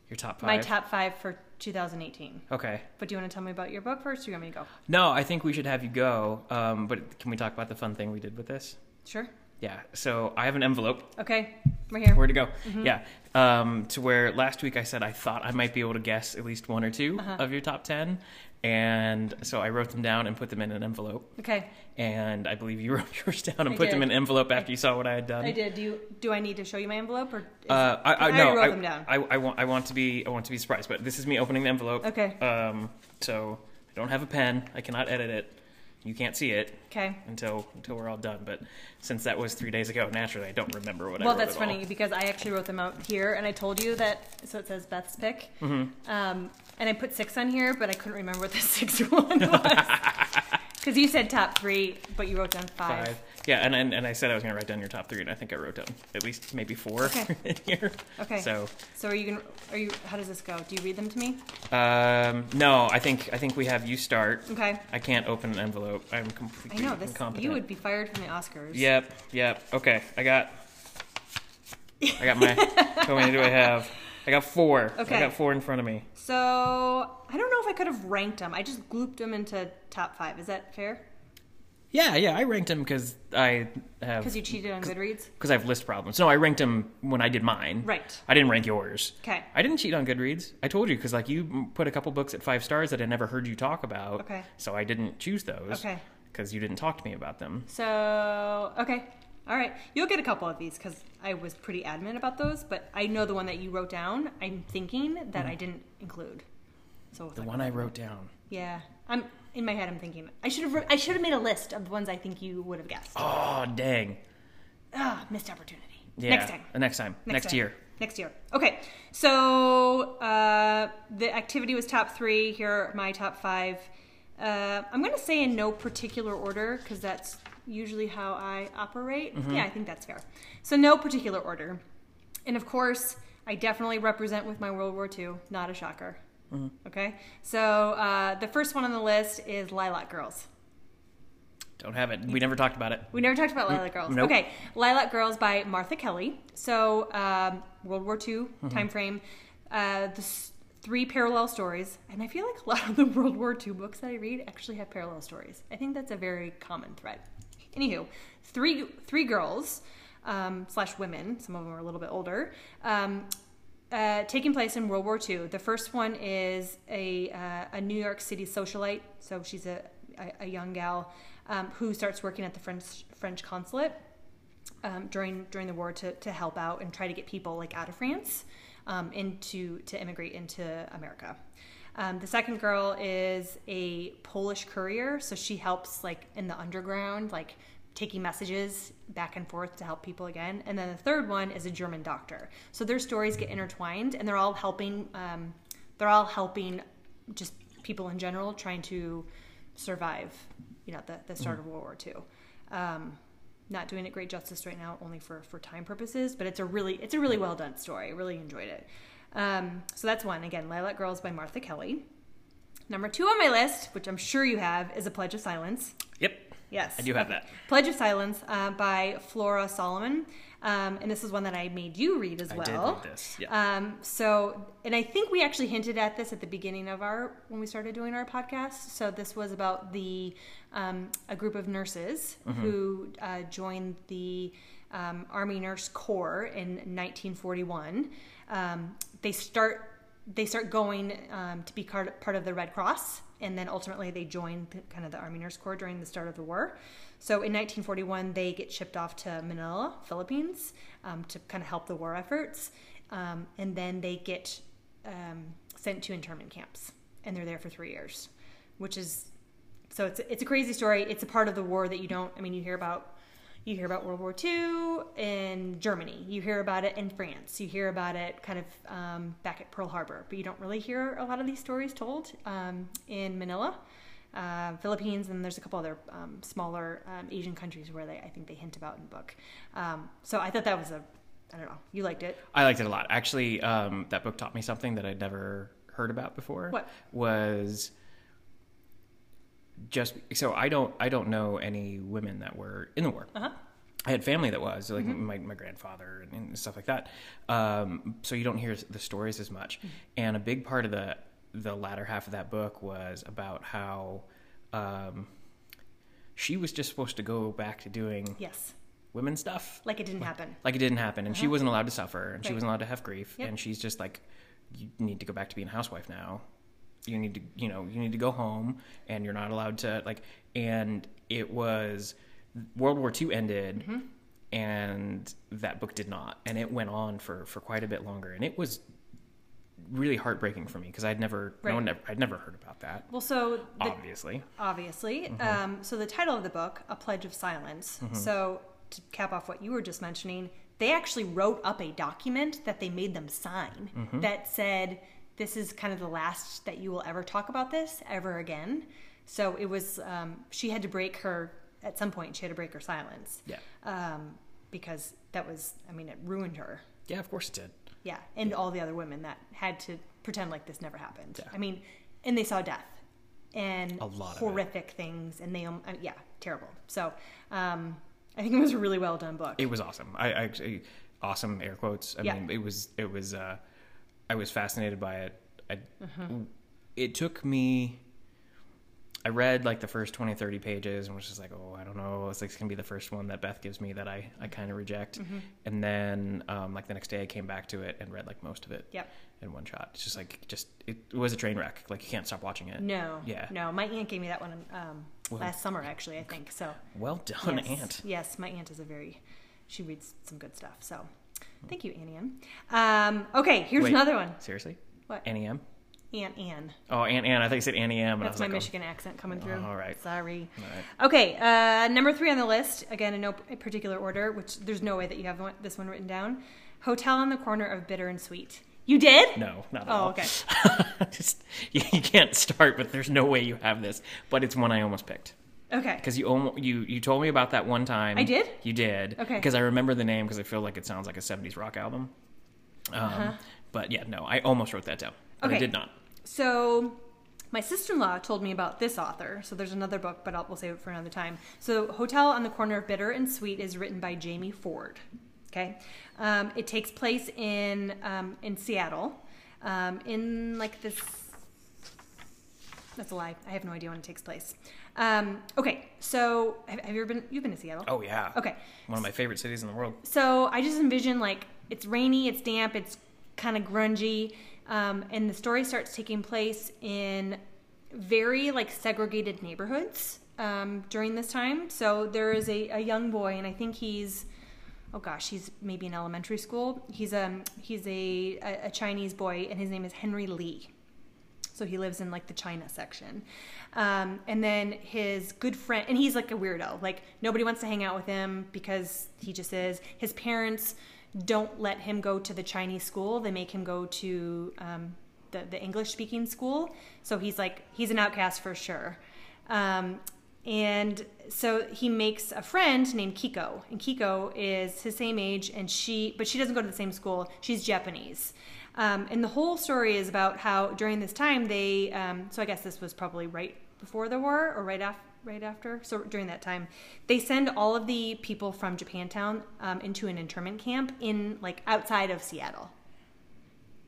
[SPEAKER 1] Your top five.
[SPEAKER 2] my top five for 2018.
[SPEAKER 1] Okay.
[SPEAKER 2] But do you want to tell me about your book first, or you want me to go?
[SPEAKER 1] No, I think we should have you go. Um, but can we talk about the fun thing we did with this?
[SPEAKER 2] Sure.
[SPEAKER 1] Yeah. So I have an envelope.
[SPEAKER 2] Okay. Right here.
[SPEAKER 1] Where to go?
[SPEAKER 2] Mm-hmm.
[SPEAKER 1] Yeah. Um, to where last week I said I thought I might be able to guess at least one or 2
[SPEAKER 2] Uh-huh.
[SPEAKER 1] of your top ten, and so I wrote them down and put them in an envelope.
[SPEAKER 2] Okay.
[SPEAKER 1] And I believe you wrote yours down and
[SPEAKER 2] I
[SPEAKER 1] put them
[SPEAKER 2] did.
[SPEAKER 1] in an envelope after you saw what I had done.
[SPEAKER 2] I did. Do you? Do I need to show you my envelope, or? Is,
[SPEAKER 1] Uh, I, I,
[SPEAKER 2] I
[SPEAKER 1] no,
[SPEAKER 2] wrote
[SPEAKER 1] I,
[SPEAKER 2] them down.
[SPEAKER 1] I, I want I want to be I want to be surprised, but this is me opening the envelope.
[SPEAKER 2] okay.
[SPEAKER 1] Um, so I don't have a pen. I cannot edit it. You can't see it
[SPEAKER 2] Okay.
[SPEAKER 1] until until we're all done. But since that was three days ago, naturally I don't remember what I
[SPEAKER 2] Well,
[SPEAKER 1] wrote
[SPEAKER 2] that's
[SPEAKER 1] at all.
[SPEAKER 2] funny because I actually wrote them out here, and I told you that. So it says Beth's pick,
[SPEAKER 1] Mm-hmm.
[SPEAKER 2] um, and I put six on here, but I couldn't remember what the sixth one was because you said top three, but you wrote down five.
[SPEAKER 1] Five. Yeah, and, and and I said I was gonna write down your top three, and I think I wrote down at least maybe four
[SPEAKER 2] Okay.
[SPEAKER 1] in here.
[SPEAKER 2] Okay. So,
[SPEAKER 1] So
[SPEAKER 2] are you gonna? Are you? How does this go? Do you read them to me?
[SPEAKER 1] um, no, I think I think we have you start.
[SPEAKER 2] Okay.
[SPEAKER 1] I can't open an envelope. I'm
[SPEAKER 2] I
[SPEAKER 1] completely
[SPEAKER 2] know this.
[SPEAKER 1] incompetent.
[SPEAKER 2] You would be fired from the Oscars.
[SPEAKER 1] Yep, yep. Okay, I got. I got my. how many do I have? I got four. I
[SPEAKER 2] Okay.
[SPEAKER 1] got four in front of me.
[SPEAKER 2] So I don't know if I could have ranked them. I just grouped them into top five. Is that fair?
[SPEAKER 1] Yeah, yeah, I ranked him because I have
[SPEAKER 2] Because you cheated on Goodreads?
[SPEAKER 1] because I have list problems. No, I ranked him when I did mine.
[SPEAKER 2] Right.
[SPEAKER 1] I didn't rank yours.
[SPEAKER 2] Okay.
[SPEAKER 1] I didn't cheat on Goodreads. I told you because like you m- put a couple books at five stars that I never heard you talk about.
[SPEAKER 2] Okay.
[SPEAKER 1] So I didn't choose those.
[SPEAKER 2] Okay.
[SPEAKER 1] Because you didn't talk to me about them.
[SPEAKER 2] So, okay. All right. You'll get a couple of these because I was pretty adamant about those, but I know the one that you wrote down, I'm thinking that
[SPEAKER 1] Mm-hmm.
[SPEAKER 2] I didn't include. So, we'll
[SPEAKER 1] The
[SPEAKER 2] talk
[SPEAKER 1] one
[SPEAKER 2] about
[SPEAKER 1] I
[SPEAKER 2] that.
[SPEAKER 1] wrote down.
[SPEAKER 2] Yeah. I'm. In my head, I'm thinking I should have wrote- I should have made a list of the ones I think you would have guessed.
[SPEAKER 1] Oh dang!
[SPEAKER 2] Ah, missed opportunity.
[SPEAKER 1] Yeah.
[SPEAKER 2] Next time.
[SPEAKER 1] Uh, Next time. Next,
[SPEAKER 2] time.
[SPEAKER 1] year.
[SPEAKER 2] Next year. Okay. So uh, the activity was top three. Here are my top five. Uh, I'm going to say in no particular order because that's usually how I operate.
[SPEAKER 1] Mm-hmm.
[SPEAKER 2] Yeah, I think that's fair. So no particular order. And of course, I definitely represent with my World War II. Not a shocker.
[SPEAKER 1] Mm-hmm.
[SPEAKER 2] Okay. So uh, the first one on the list is Lilac Girls.
[SPEAKER 1] Don't have it. We never talked about it.
[SPEAKER 2] We never talked about Lilac Girls.
[SPEAKER 1] nope.
[SPEAKER 2] Okay, Lilac Girls by Martha Kelly. So um, World War II time frame. Uh, the s- three parallel stories, and I feel like a lot of the World War II books that I read actually have parallel stories. I think that's a very common thread. Anywho, three three girls um, slash women. Some of them are a little bit older. Um, uh, taking place in World War II. The first one is a, uh, a New York City socialite, so she's a, a, a young gal um, who starts working at the French French consulate um, during during the war to, to help out and try to get people like out of France um, into to immigrate into America. Um, the second girl is a Polish courier, so she helps like in the underground, like taking messages back and forth to help people again. And then the third one is a German doctor. So their stories get intertwined, and they're all helping. Um, they're all helping just people in general trying to survive. You know, the, the start of World War II. Um, not doing it great justice right now only for for time purposes but it's a really it's a really well done story i really enjoyed it um, so that's one again lilac girls by martha kelly number two on my list which i'm sure you have is a pledge of silence
[SPEAKER 1] Yep.
[SPEAKER 2] yes
[SPEAKER 1] I do have that.
[SPEAKER 2] pledge of silence uh, by flora solomon um, and this is one that i made you read as
[SPEAKER 1] I
[SPEAKER 2] well
[SPEAKER 1] did read this. Yeah.
[SPEAKER 2] um, so, and I think we actually hinted at this at the beginning of our when we started doing our podcast. So this was about the um, a group of nurses
[SPEAKER 1] Mm-hmm.
[SPEAKER 2] who uh, joined the um, Army Nurse Corps in 1941. Um, they start they start going um, to be part, part of the Red Cross, and then ultimately they join the, kind of the Army Nurse Corps during the start of the war. So in 1941, they get shipped off to Manila, Philippines, um, to kind of help the war efforts, um, and then they get um, sent to internment camps, and they're there for three years, which is so it's it's a crazy story. It's a part of the war that you don't. I mean, you hear about you hear about World War II in Germany. You hear about it in France. You hear about it kind of um, back at Pearl Harbor, but you don't really hear a lot of these stories told um, in Manila, uh, Philippines, and there's a couple other um, smaller um, Asian countries where they I think they hint about in the book. Um, so I thought that was a I don't know. You liked it.
[SPEAKER 1] I liked it a lot. Actually, um, that book taught me something that I'd never heard about before.
[SPEAKER 2] What?
[SPEAKER 1] was just so I don't I don't know any women that were in the war.
[SPEAKER 2] Uh-huh. Mm-hmm.
[SPEAKER 1] I had family that was like my, my grandfather and, and stuff like that. Um, so you don't hear the stories as
[SPEAKER 2] Mm-hmm.
[SPEAKER 1] much. And a big part of the the latter half of that book was about how um, she was just supposed to go back to doing
[SPEAKER 2] Yes,
[SPEAKER 1] women stuff
[SPEAKER 2] like it didn't happen.
[SPEAKER 1] like it didn't happen and she wasn't allowed to suffer and she
[SPEAKER 2] Right.
[SPEAKER 1] wasn't allowed to have grief
[SPEAKER 2] Yep.
[SPEAKER 1] and she's just like you need to go back to being a housewife now you need to you know you need to go home and you're not allowed to like and it was world war ii ended
[SPEAKER 2] Mm-hmm.
[SPEAKER 1] and that book did not and it went on for for quite a bit longer and it was really heartbreaking for me because i'd never no
[SPEAKER 2] Right.
[SPEAKER 1] one ever, i'd never heard about that
[SPEAKER 2] Well, so the,
[SPEAKER 1] obviously
[SPEAKER 2] obviously. Um, so the title of the book, A Pledge of Silence. So to cap off what you were just mentioning, they actually wrote up a document that they made them sign that said, "This is kind of the last that you will ever talk about this ever again." So it was. Um, she had to break her at some point. She had to break her silence
[SPEAKER 1] yeah
[SPEAKER 2] um, because that was. I mean, it ruined her.
[SPEAKER 1] yeah of course it did
[SPEAKER 2] Yeah, and all the other women that had to pretend like this never happened.
[SPEAKER 1] Yeah.
[SPEAKER 2] I mean, and they saw death and
[SPEAKER 1] A lot of it.
[SPEAKER 2] horrific things, and they um, uh, yeah, terrible. So um, I think it was a really well done book.
[SPEAKER 1] it was awesome. I, I actually awesome air quotes. I
[SPEAKER 2] Yeah.
[SPEAKER 1] mean, it was it was. Uh,
[SPEAKER 2] Mm-hmm.
[SPEAKER 1] I was fascinated by it. I, It took me I read like the first 20, 30 pages and was just like, oh, I don't know. It's like, it's going to be the first one that Beth gives me that I, I kind of reject.
[SPEAKER 2] Mm-hmm.
[SPEAKER 1] And then, um, like, the next day I came back to it and read like most of it
[SPEAKER 2] Yep.
[SPEAKER 1] in one shot. It's just like, just, it was a train wreck. Like, you can't stop watching it.
[SPEAKER 2] No.
[SPEAKER 1] Yeah.
[SPEAKER 2] No, my aunt gave me that one um,
[SPEAKER 1] Well-
[SPEAKER 2] last summer, actually, I think. So.
[SPEAKER 1] Well done,
[SPEAKER 2] yes.
[SPEAKER 1] Ant.
[SPEAKER 2] Yes, my aunt is a very, she reads some good stuff. So, thank you, Annie Ann. Um, okay, here's
[SPEAKER 1] Hmm. Wait.
[SPEAKER 2] another one.
[SPEAKER 1] Seriously?
[SPEAKER 2] What?
[SPEAKER 1] Annie M?
[SPEAKER 2] Aunt Ann.
[SPEAKER 1] Oh, Aunt Ann. I thought you said Annie M. And
[SPEAKER 2] That's
[SPEAKER 1] I
[SPEAKER 2] my
[SPEAKER 1] was like,
[SPEAKER 2] Michigan accent coming through.
[SPEAKER 1] All right.
[SPEAKER 2] Sorry.
[SPEAKER 1] Oh, all right.
[SPEAKER 2] Okay, uh, number three on the list, again in no p- particular order, which there's no way that you have one, this one written down. Hotel on the corner of bitter and sweet. You did?
[SPEAKER 1] No, not at
[SPEAKER 2] Oh,
[SPEAKER 1] all.
[SPEAKER 2] okay.
[SPEAKER 1] Just you, you can't start, but there's no way you have this. But it's one I almost picked
[SPEAKER 2] Okay.
[SPEAKER 1] because you almo you you told me about that one time.
[SPEAKER 2] I did?
[SPEAKER 1] You did.
[SPEAKER 2] Okay.
[SPEAKER 1] Because I remember the name because I feel like it sounds like a '70s rock album. Um, But yeah, no, I almost wrote that down. But I
[SPEAKER 2] Uh-huh. Okay.
[SPEAKER 1] did not.
[SPEAKER 2] So, my sister in law told me about this author. So, there's another book, but I'll, we'll save it for another time. So, Hotel on the Corner of Bitter and Sweet is written by Jamie Ford. Okay. Um, it takes place in, um, in Seattle, um, in like this. That's a lie. I have no idea when it takes place. Um, okay, so have, have you ever been? You've been to Seattle?
[SPEAKER 1] Oh yeah.
[SPEAKER 2] Okay,
[SPEAKER 1] One of my favorite cities in the world.
[SPEAKER 2] so I just envision like it's rainy, it's damp, it's kind of grungy, um, and the story starts taking place in very like segregated neighborhoods um, during this time. So there is a, a young boy, and I think he's oh gosh, he's maybe in elementary school. He's um he's a a, a Chinese boy, and his name is Henry Lee. So he lives in like the China section. Um, and then his good friend, and he's like a weirdo. Like nobody wants to hang out with him because he just is. His parents don't let him go to the Chinese school, they make him go to um, the, the English speaking school. So he's like, he's an outcast for sure. Um, and so he makes a friend named Kiko, and Kiko is his same age, and she, but she doesn't go to the same school. She's Japanese, um, and the whole story is about how during this time they. Um, so I guess this was probably right before the war or right after. Right after, so during that time, they send all of the people from Japantown um, into an internment camp in like outside of Seattle.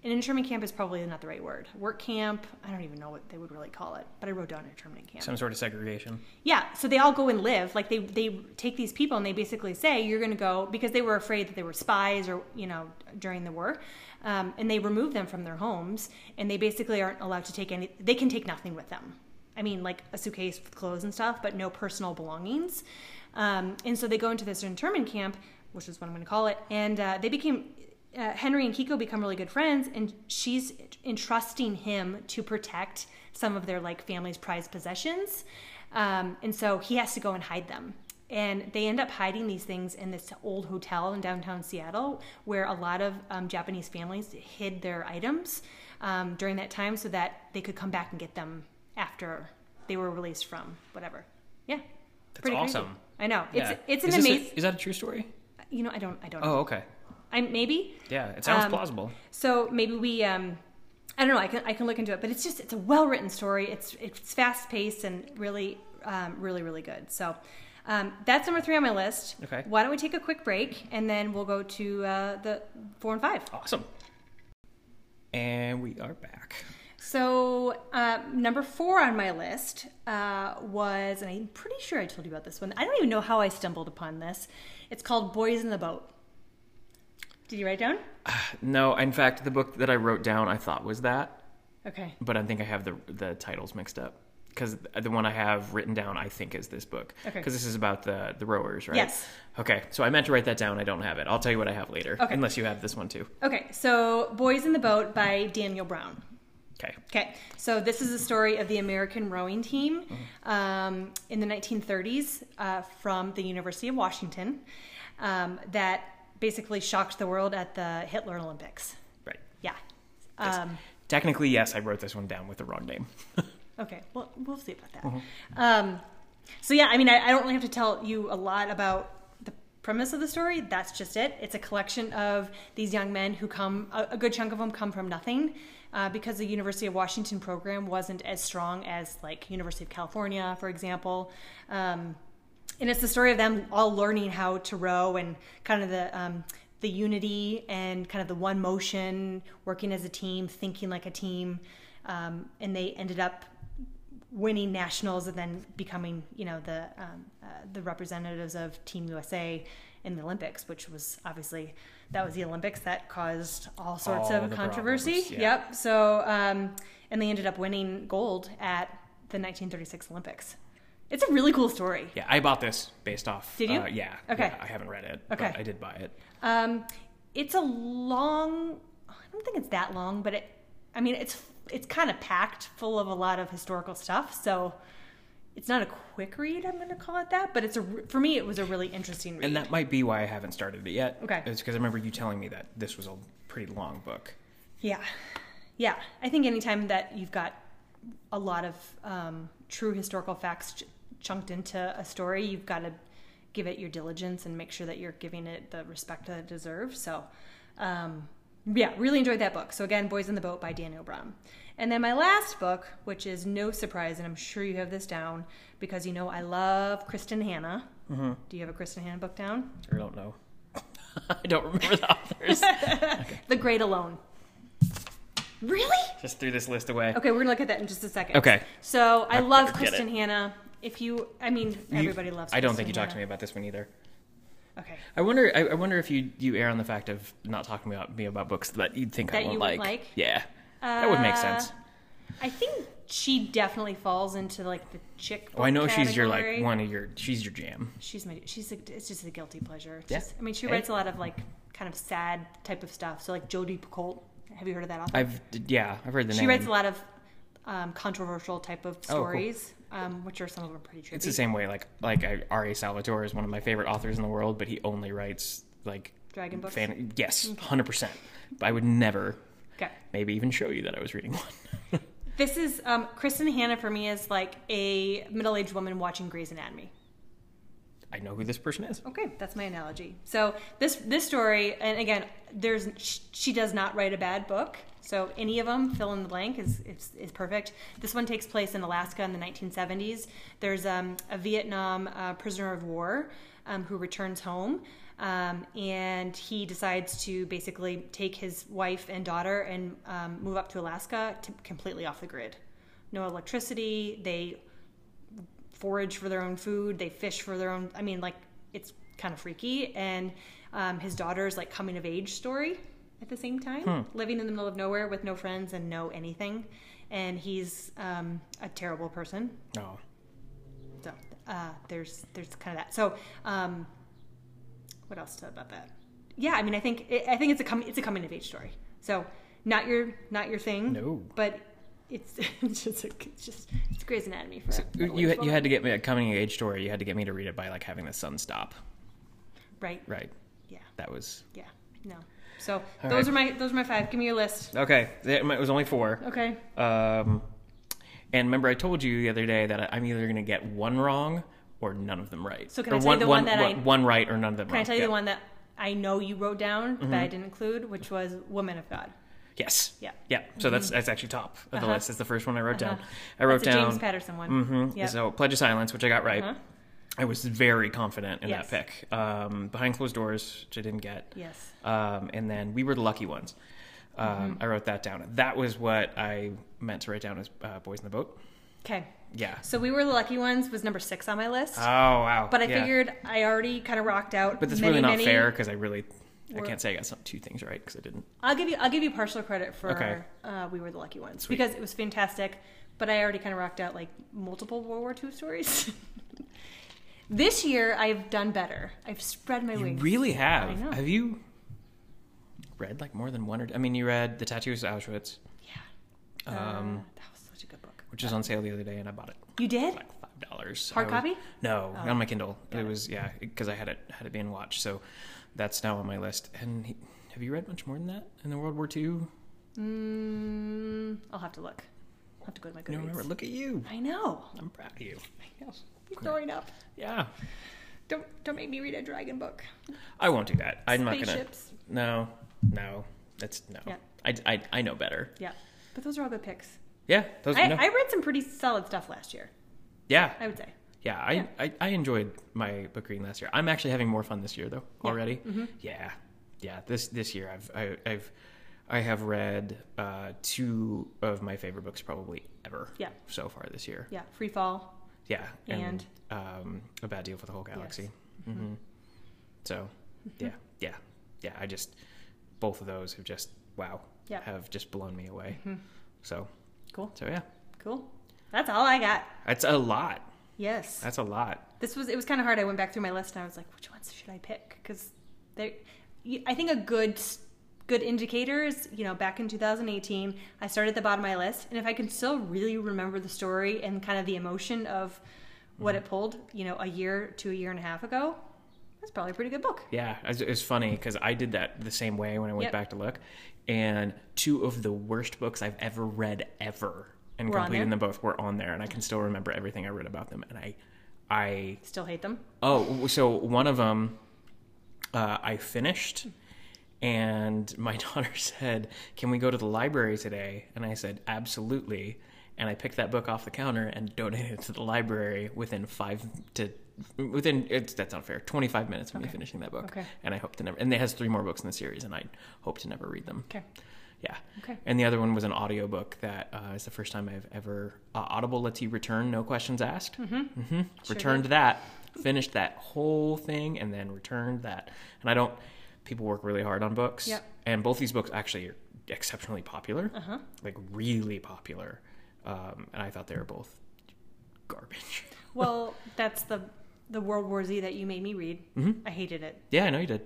[SPEAKER 2] An internment camp is probably not the right word. Work camp, I don't even know what they would really call it, but I wrote down internment camp.
[SPEAKER 1] Some sort of segregation.
[SPEAKER 2] Yeah, so they all go and live. Like they they take these people and they basically say you're going to go because they were afraid that they were spies or you know during the war, um, and they remove them from their homes and they basically aren't allowed to take any. They can take nothing with them. I mean, like a suitcase with clothes and stuff, but no personal belongings. Um, and so they go into this internment camp, which is what I'm going to call it, and uh, they became. Uh, Henry and Kiko become really good friends, and she's entrusting him to protect some of their like family's prized possessions. Um, and so he has to go and hide them. And they end up hiding these things in this old hotel in downtown Seattle where a lot of um, Japanese families hid their items um, during that time so that they could come back and get them after they were released from whatever. Yeah.
[SPEAKER 1] That's
[SPEAKER 2] Pretty crazy.
[SPEAKER 1] awesome.
[SPEAKER 2] I know.
[SPEAKER 1] Yeah.
[SPEAKER 2] It's, it's an
[SPEAKER 1] Is this a-
[SPEAKER 2] amazing,
[SPEAKER 1] is that a true story?
[SPEAKER 2] you know, I don't, I don't
[SPEAKER 1] Oh,
[SPEAKER 2] know.
[SPEAKER 1] okay.
[SPEAKER 2] I, maybe.
[SPEAKER 1] Yeah, it sounds
[SPEAKER 2] Um,
[SPEAKER 1] plausible.
[SPEAKER 2] So maybe we, um, I don't know. I can I can look into it, but it's just it's a well written story. It's it's fast paced and really um, really really good. So um, that's number three on my list.
[SPEAKER 1] Okay.
[SPEAKER 2] Why don't we take a quick break and then we'll go to uh, the four and five.
[SPEAKER 1] Awesome. And we are back.
[SPEAKER 2] So uh, number four on my list uh, was, and I'm pretty sure I told you about this one. I don't even know how I stumbled upon this. It's called Boys in the Boat. Did you write it down?
[SPEAKER 1] No, in fact, the book that I wrote down I thought was that,
[SPEAKER 2] Okay.
[SPEAKER 1] but I think I have the the titles mixed up because the one I have written down I think is this book because
[SPEAKER 2] Okay.
[SPEAKER 1] this is about the the rowers, right?
[SPEAKER 2] Yes.
[SPEAKER 1] Okay, so I meant to write that down. I don't have it. I'll tell you what I have later,
[SPEAKER 2] Okay.
[SPEAKER 1] unless you have this one too.
[SPEAKER 2] Okay. So Boys in the Boat by Daniel Brown.
[SPEAKER 1] Okay.
[SPEAKER 2] Okay, so this is a story of the American rowing team um, in the 1930s uh, from the University of Washington um, that basically shocked the world at the Hitler Olympics.
[SPEAKER 1] Right.
[SPEAKER 2] Yeah.
[SPEAKER 1] Yes.
[SPEAKER 2] Um,
[SPEAKER 1] Technically, yes, I wrote this one down with the wrong name.
[SPEAKER 2] okay, well, we'll see about that. Um, so, yeah, I mean, I, I don't really have to tell you a lot about the premise of the story. That's just it. It's a collection of these young men who come, a, a good chunk of them come from nothing uh, because the University of Washington program wasn't as strong as, like, University of California, for example. Um, and it's the story of them all learning how to row and kind of the um, the unity and kind of the one motion, working as a team, thinking like a team, um, and they ended up winning nationals and then becoming, you know, the um, uh, the representatives of Team USA in the Olympics, which was obviously that was the Olympics that caused all sorts
[SPEAKER 1] All
[SPEAKER 2] of
[SPEAKER 1] the
[SPEAKER 2] controversy.
[SPEAKER 1] problems, yeah.
[SPEAKER 2] Yep. So, um, and they ended up winning gold at the 1936 Olympics. It's a really cool story.
[SPEAKER 1] Yeah, I bought this based off.
[SPEAKER 2] Did you?
[SPEAKER 1] Uh, yeah.
[SPEAKER 2] Okay.
[SPEAKER 1] yeah, I haven't read it.
[SPEAKER 2] Okay.
[SPEAKER 1] But I did buy it.
[SPEAKER 2] Um, it's a long. I don't think it's that long, but it. I mean, it's it's kind of packed full of a lot of historical stuff, so it's not a quick read. I'm going to call it that, but it's a re- for me. It was a really interesting read.
[SPEAKER 1] And that might be why I haven't started it yet.
[SPEAKER 2] Okay.
[SPEAKER 1] It's because I remember you telling me that this was a pretty long book.
[SPEAKER 2] yeah, yeah. I think anytime that you've got a lot of um, true historical facts ch- chunked into a story, you've got to give it your diligence and make sure that you're giving it the respect that it deserves. So, um, yeah, really enjoyed that book. So, again, Boys in the Boat by Daniel Brown. And then my last book, which is no surprise, and I'm sure you have this down because you know I love Kristen Hanna. Do you have a Kristen Hanna book down?
[SPEAKER 1] I don't know. I don't remember the authors.
[SPEAKER 2] The Great Alone. Really?
[SPEAKER 1] Just threw this list away.
[SPEAKER 2] Okay, we're gonna look at that in just a second.
[SPEAKER 1] Okay.
[SPEAKER 2] So I love
[SPEAKER 1] Get
[SPEAKER 2] Kristen
[SPEAKER 1] it.
[SPEAKER 2] Hanna. If you, I mean, everybody
[SPEAKER 1] You-
[SPEAKER 2] loves.
[SPEAKER 1] I don't
[SPEAKER 2] Kristen
[SPEAKER 1] think you talked to me
[SPEAKER 2] Hanna.
[SPEAKER 1] about this one either.
[SPEAKER 2] Okay.
[SPEAKER 1] I wonder. I, I wonder if you you err on the fact of not talking about me about books that you'd think
[SPEAKER 2] That
[SPEAKER 1] I
[SPEAKER 2] you
[SPEAKER 1] won't
[SPEAKER 2] would
[SPEAKER 1] like.
[SPEAKER 2] like?
[SPEAKER 1] Yeah, that would make
[SPEAKER 2] Uh,
[SPEAKER 1] sense.
[SPEAKER 2] I think she definitely falls into like the chick.
[SPEAKER 1] Oh, I know
[SPEAKER 2] book
[SPEAKER 1] she's your like
[SPEAKER 2] category.
[SPEAKER 1] one of your. She's your jam.
[SPEAKER 2] She's my. She's a, it's just a guilty pleasure. It's
[SPEAKER 1] Yeah.
[SPEAKER 2] just- I mean, she
[SPEAKER 1] Hey.
[SPEAKER 2] writes a lot of like kind of sad type of stuff. So like Jodi Picoult. Have you heard of that author?
[SPEAKER 1] I've yeah. I've heard the
[SPEAKER 2] she
[SPEAKER 1] name. Oh,
[SPEAKER 2] writes a lot of um, controversial type of
[SPEAKER 1] cool.
[SPEAKER 2] stories, um, which are some of them pretty trippy.
[SPEAKER 1] It's the same way. Like like I, R. A. Salvatore is one of my favorite authors in the world, but he only writes like
[SPEAKER 2] Dragon books.
[SPEAKER 1] fan. Yes, hundred percent. But I would never,
[SPEAKER 2] Okay.
[SPEAKER 1] maybe even show you that I was reading one.
[SPEAKER 2] This is um, Kristen Hanna for me is like a middle-aged woman watching Grey's Anatomy.
[SPEAKER 1] I know who this person is.
[SPEAKER 2] Okay, that's my analogy. So this this story, and again, there's sh- she does not write a bad book. So any of them, fill in the blank, is is, is perfect. This one takes place in Alaska in the 1970s. There's um, a Vietnam uh, prisoner of war um, who returns home, um, and he decides to basically take his wife and daughter and um, move up to Alaska to completely off the grid. No electricity. They forage for their own food. They fish for their own. I mean, like it's kind of freaky. And um, his daughter's like coming of age story at the same time,
[SPEAKER 1] Hmm.
[SPEAKER 2] living in the middle of nowhere with no friends and no anything. And he's um, a terrible person.
[SPEAKER 1] No.
[SPEAKER 2] So uh, there's there's kind of that. So um, what else to- about that? Yeah, I mean, I think I think it's a coming it's a coming of age story. So not your not your thing.
[SPEAKER 1] No.
[SPEAKER 2] but. It's, it's just it's just it's Grey's Anatomy for a
[SPEAKER 1] You, you,
[SPEAKER 2] middle-aged
[SPEAKER 1] had- you
[SPEAKER 2] woman.
[SPEAKER 1] had to get me a coming of age story. You had to get me to read it by like having the sun stop.
[SPEAKER 2] right
[SPEAKER 1] Right.
[SPEAKER 2] yeah
[SPEAKER 1] That was
[SPEAKER 2] Yeah, no. So
[SPEAKER 1] All
[SPEAKER 2] those
[SPEAKER 1] right.
[SPEAKER 2] are my those are my five. Give me your list.
[SPEAKER 1] okay. It was only four.
[SPEAKER 2] Okay.
[SPEAKER 1] Um, and remember, I told you the other day that I- I'm either going to get one wrong or none of them right.
[SPEAKER 2] So can
[SPEAKER 1] or
[SPEAKER 2] I tell you the one that I-
[SPEAKER 1] one right or none of them
[SPEAKER 2] Can
[SPEAKER 1] wrong?
[SPEAKER 2] I tell you
[SPEAKER 1] Yeah. Mm-hmm.
[SPEAKER 2] the one that I know you wrote down but I didn't include, which was "Woman of God."
[SPEAKER 1] Yes.
[SPEAKER 2] Yeah. Mm-hmm.
[SPEAKER 1] Yeah. So that's that's actually top of the
[SPEAKER 2] Uh-huh.
[SPEAKER 1] list. It's the first one I wrote down.
[SPEAKER 2] Uh-huh.
[SPEAKER 1] I wrote
[SPEAKER 2] That's a
[SPEAKER 1] down.
[SPEAKER 2] James Patterson one.
[SPEAKER 1] Mhm.
[SPEAKER 2] Yep.
[SPEAKER 1] So Pledge of Silence, which I got right.
[SPEAKER 2] Uh-huh.
[SPEAKER 1] I was very confident in
[SPEAKER 2] Yes.
[SPEAKER 1] that pick. Um, Behind Closed Doors, which I didn't get.
[SPEAKER 2] Yes.
[SPEAKER 1] Um, and then We Were the Lucky Ones. Um,
[SPEAKER 2] Mm-hmm.
[SPEAKER 1] I wrote that down. That was what I meant to write down as uh, Boys in the Boat.
[SPEAKER 2] Okay.
[SPEAKER 1] Yeah.
[SPEAKER 2] So we were the lucky ones. Was number six on my list,
[SPEAKER 1] Oh wow.
[SPEAKER 2] but I
[SPEAKER 1] Yeah.
[SPEAKER 2] figured I already kind of rocked out.
[SPEAKER 1] But that's
[SPEAKER 2] many,
[SPEAKER 1] really not
[SPEAKER 2] many-
[SPEAKER 1] fair because I really, I
[SPEAKER 2] were-
[SPEAKER 1] can't say I got some, two things right because I didn't.
[SPEAKER 2] I'll give you I'll give you partial credit for
[SPEAKER 1] Okay.
[SPEAKER 2] uh, "We Were the Lucky Ones"
[SPEAKER 1] Sweet.
[SPEAKER 2] because it was fantastic. But I already kind of rocked out like multiple World War II stories. this year, I've done better. I've spread my
[SPEAKER 1] You
[SPEAKER 2] wings.
[SPEAKER 1] really have.
[SPEAKER 2] I know.
[SPEAKER 1] Have you read like more than one or? I mean, you read The Tattoos of Auschwitz,
[SPEAKER 2] Yeah.
[SPEAKER 1] Um,
[SPEAKER 2] Uh, that was such a good book.
[SPEAKER 1] which was on sale the other day, and I bought it
[SPEAKER 2] You did?
[SPEAKER 1] for like five dollars.
[SPEAKER 2] Hard copy?
[SPEAKER 1] No,
[SPEAKER 2] Oh.
[SPEAKER 1] on my Kindle.
[SPEAKER 2] Got
[SPEAKER 1] it
[SPEAKER 2] it.
[SPEAKER 1] was yeah because I had it had it being watched, so that's now on my list. And he, have you read much more than that in the World War II? You
[SPEAKER 2] Mm, I'll have to look. I'll have to go to my
[SPEAKER 1] don't
[SPEAKER 2] Goodreads.
[SPEAKER 1] remember? Look at you.
[SPEAKER 2] I know.
[SPEAKER 1] I'm proud of you.
[SPEAKER 2] I know. I'm growing up.
[SPEAKER 1] Yeah,
[SPEAKER 2] Don't don't make me read a dragon book.
[SPEAKER 1] I won't do that. I'm not gonna.
[SPEAKER 2] Spaceships.
[SPEAKER 1] No, no, that's no.
[SPEAKER 2] Yeah.
[SPEAKER 1] I, I, I know better.
[SPEAKER 2] Yeah. But those are all good picks.
[SPEAKER 1] Yeah, those.
[SPEAKER 2] I,
[SPEAKER 1] no.
[SPEAKER 2] I read some pretty solid stuff last year,
[SPEAKER 1] yeah,
[SPEAKER 2] I would say.
[SPEAKER 1] yeah. I,
[SPEAKER 2] yeah.
[SPEAKER 1] I, I enjoyed my book reading last year. I'm
[SPEAKER 2] Mm-hmm.
[SPEAKER 1] actually having more fun this year though
[SPEAKER 2] Yeah.
[SPEAKER 1] already. Yeah, yeah. This this year I've I, I've I have read uh, two of my favorite books probably ever.
[SPEAKER 2] Yeah.
[SPEAKER 1] So far this year.
[SPEAKER 2] Yeah, Free Fall.
[SPEAKER 1] Yeah. um, a bad deal for the whole galaxy.
[SPEAKER 2] Mm-hmm.
[SPEAKER 1] hmm So, yeah, yeah, yeah. I just both of those have just wow.
[SPEAKER 2] Yeah. Mm-hmm.
[SPEAKER 1] Have just blown me away. So
[SPEAKER 2] Cool.
[SPEAKER 1] so yeah,
[SPEAKER 2] Cool. That's all I got.
[SPEAKER 1] that's a lot.
[SPEAKER 2] Yes.
[SPEAKER 1] That's a lot.
[SPEAKER 2] This was it was kind of hard. I went back through my list and I was like, which ones should I pick? Because there, y- I think a good s- good indicator is you know back in 2018 I started at the bottom of my list, and if I can still really remember the story and kind of the emotion of what it pulled, you know, a year to a year and a half ago, that's probably a pretty good book.
[SPEAKER 1] Yeah, it's, it's funny because I did that the same way when I went
[SPEAKER 2] Yep.
[SPEAKER 1] back to look, and two of the worst books I've ever read ever and
[SPEAKER 2] Were on
[SPEAKER 1] completing
[SPEAKER 2] there?
[SPEAKER 1] them both were on there, and I can still remember everything I read about them, and I, I
[SPEAKER 2] Still hate them.
[SPEAKER 1] Oh, so one of them uh, I finished, and my daughter said, Can we go to the library today? And I said, Absolutely. And I picked that book off the counter and donated it to the library within five to within it's that's not fair 25 minutes of me finishing that book
[SPEAKER 2] Okay.
[SPEAKER 1] and i hope to never and it has three more books in the series and i hope to never read them
[SPEAKER 2] Okay.
[SPEAKER 1] yeah.
[SPEAKER 2] Okay.
[SPEAKER 1] And the other one was an audiobook that uh, is the first time I've ever uh, Audible lets you return, no questions asked. Mm-hmm. mm-hmm. returned that, finished that whole thing, and then returned that. And I don't. People work really hard on books,
[SPEAKER 2] Yep.
[SPEAKER 1] and both these books actually are exceptionally popular, uh-huh. like really popular. Um, and I thought they were both garbage.
[SPEAKER 2] Well, that's the the World War Z that you made me read. I hated it.
[SPEAKER 1] yeah, I know you did.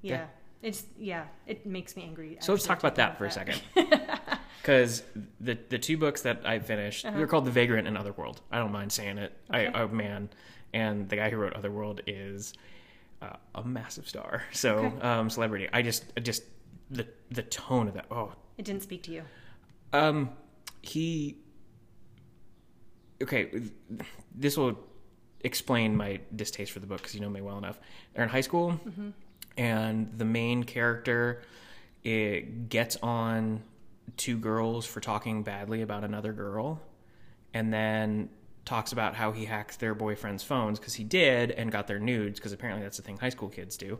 [SPEAKER 2] Yeah.
[SPEAKER 1] Yeah.
[SPEAKER 2] It's yeah, it makes me angry.
[SPEAKER 1] So let's
[SPEAKER 2] actually,
[SPEAKER 1] talk about that
[SPEAKER 2] thinking
[SPEAKER 1] for a second. Because the the two books that I finished, they're called The Vagrant and Otherworld. I don't mind saying it.
[SPEAKER 2] Uh-huh. Okay.
[SPEAKER 1] I, oh man, and the guy who wrote Otherworld is uh, a massive star. So
[SPEAKER 2] Okay.
[SPEAKER 1] um, celebrity. I just I just the the tone of that. Oh,
[SPEAKER 2] It didn't speak to you.
[SPEAKER 1] um, he. Okay, this will explain my distaste for the book because you know me well enough. They're in high school,
[SPEAKER 2] Mm-hmm.
[SPEAKER 1] and the main character it gets on two girls for talking badly about another girl, and then talks about how he hacked their boyfriend's phones because he did and got their nudes because apparently that's the thing high school kids do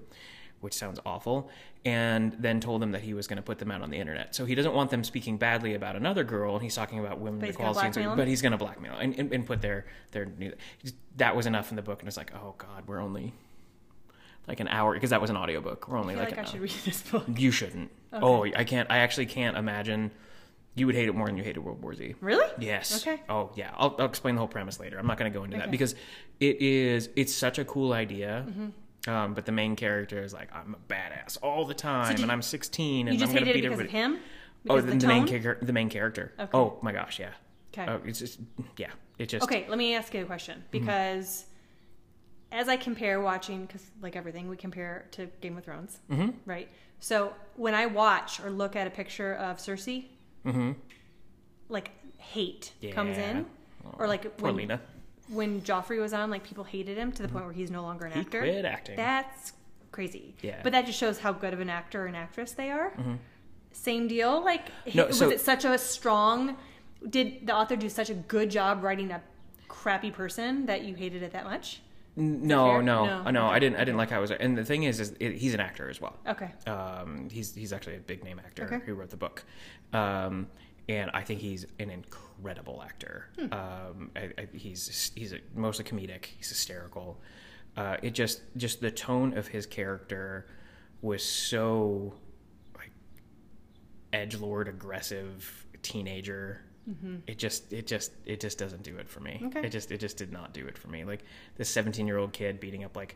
[SPEAKER 1] which sounds awful and then told them that he was going to put them out on the internet so he doesn't want them speaking badly about another girl and he's talking about women
[SPEAKER 2] But he's gonna
[SPEAKER 1] equality and so-
[SPEAKER 2] blackmail 'em?
[SPEAKER 1] but he's going to blackmail and, and, and put their their nude that was enough in the book and it's like oh god we're only like an hour because that was an audiobook we're
[SPEAKER 2] I
[SPEAKER 1] only
[SPEAKER 2] feel
[SPEAKER 1] like,
[SPEAKER 2] like,
[SPEAKER 1] an
[SPEAKER 2] I
[SPEAKER 1] hour.
[SPEAKER 2] should read this book.
[SPEAKER 1] you shouldn't oh i can't i actually can't imagine you would hate it more than you hated world war z
[SPEAKER 2] Really?
[SPEAKER 1] Yes.
[SPEAKER 2] Okay.
[SPEAKER 1] Oh yeah. I'll, I'll explain the whole premise later. I'm not going to go into
[SPEAKER 2] Okay.
[SPEAKER 1] that because it is it's such a cool idea.
[SPEAKER 2] Mm-hmm.
[SPEAKER 1] Um, but the main character is like I'm a badass all the time,
[SPEAKER 2] you-
[SPEAKER 1] and I'm 16,
[SPEAKER 2] You
[SPEAKER 1] and I'm
[SPEAKER 2] just
[SPEAKER 1] going to
[SPEAKER 2] hated it
[SPEAKER 1] beat
[SPEAKER 2] because
[SPEAKER 1] everybody.
[SPEAKER 2] of him?
[SPEAKER 1] oh,
[SPEAKER 2] Because
[SPEAKER 1] the,
[SPEAKER 2] of
[SPEAKER 1] the
[SPEAKER 2] tone?
[SPEAKER 1] main character. The main character.
[SPEAKER 2] Okay.
[SPEAKER 1] Oh my gosh, yeah.
[SPEAKER 2] Okay.
[SPEAKER 1] Oh, it's just yeah. It just Mm-hmm.
[SPEAKER 2] Okay, let me ask you a question because as I compare watching, because like everything, we compare to Game of Thrones,
[SPEAKER 1] Mm-hmm.
[SPEAKER 2] right? So when I watch or look at a picture of Cersei, like hate comes
[SPEAKER 1] Mm-hmm. Yeah.
[SPEAKER 2] in, or like
[SPEAKER 1] Poor
[SPEAKER 2] when,
[SPEAKER 1] Lena.
[SPEAKER 2] when Joffrey was on, like people hated him to the point where he's no longer an
[SPEAKER 1] He
[SPEAKER 2] actor.
[SPEAKER 1] quit acting.
[SPEAKER 2] That's crazy.
[SPEAKER 1] Yeah. Mm-hmm.
[SPEAKER 2] But that just shows how good of an actor and actress they are. Same deal. Like,
[SPEAKER 1] No,
[SPEAKER 2] was
[SPEAKER 1] so-
[SPEAKER 2] it such a strong? Did the author do such a good job writing a crappy person that you hated it that much?
[SPEAKER 1] N- No,
[SPEAKER 2] fair?
[SPEAKER 1] no,
[SPEAKER 2] No.
[SPEAKER 1] no, no. I didn't. I didn't like how it was. And the thing is, is it, he's an actor as well.
[SPEAKER 2] Okay.
[SPEAKER 1] Um, he's he's actually a big name actor
[SPEAKER 2] Okay.
[SPEAKER 1] who wrote the book, um, and I think he's an incredible actor. Um, I, I, he's he's a, mostly comedic. He's hysterical. Uh, it just just the tone of his character was so like edge lord aggressive teenager. It just it just it just doesn't do it for me.
[SPEAKER 2] Mm-hmm. Okay.
[SPEAKER 1] It just it just did not do it for me. Like this 17 year old kid beating up like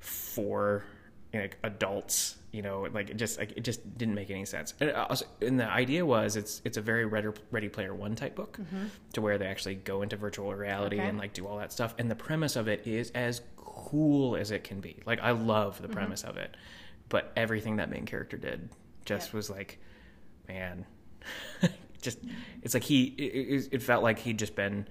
[SPEAKER 1] four you know, like adults you know like it just like it just didn't make any sense and, uh, also, and the idea was it's it's a very ready, ready player one type book to where they actually go into virtual reality
[SPEAKER 2] Mm-hmm. Okay.
[SPEAKER 1] and like do all that stuff and the premise of it is as cool as it can be like i love the premise of it but everything that main character did just
[SPEAKER 2] Yep.
[SPEAKER 1] was like man just it's like he it, it- it felt like he'd just been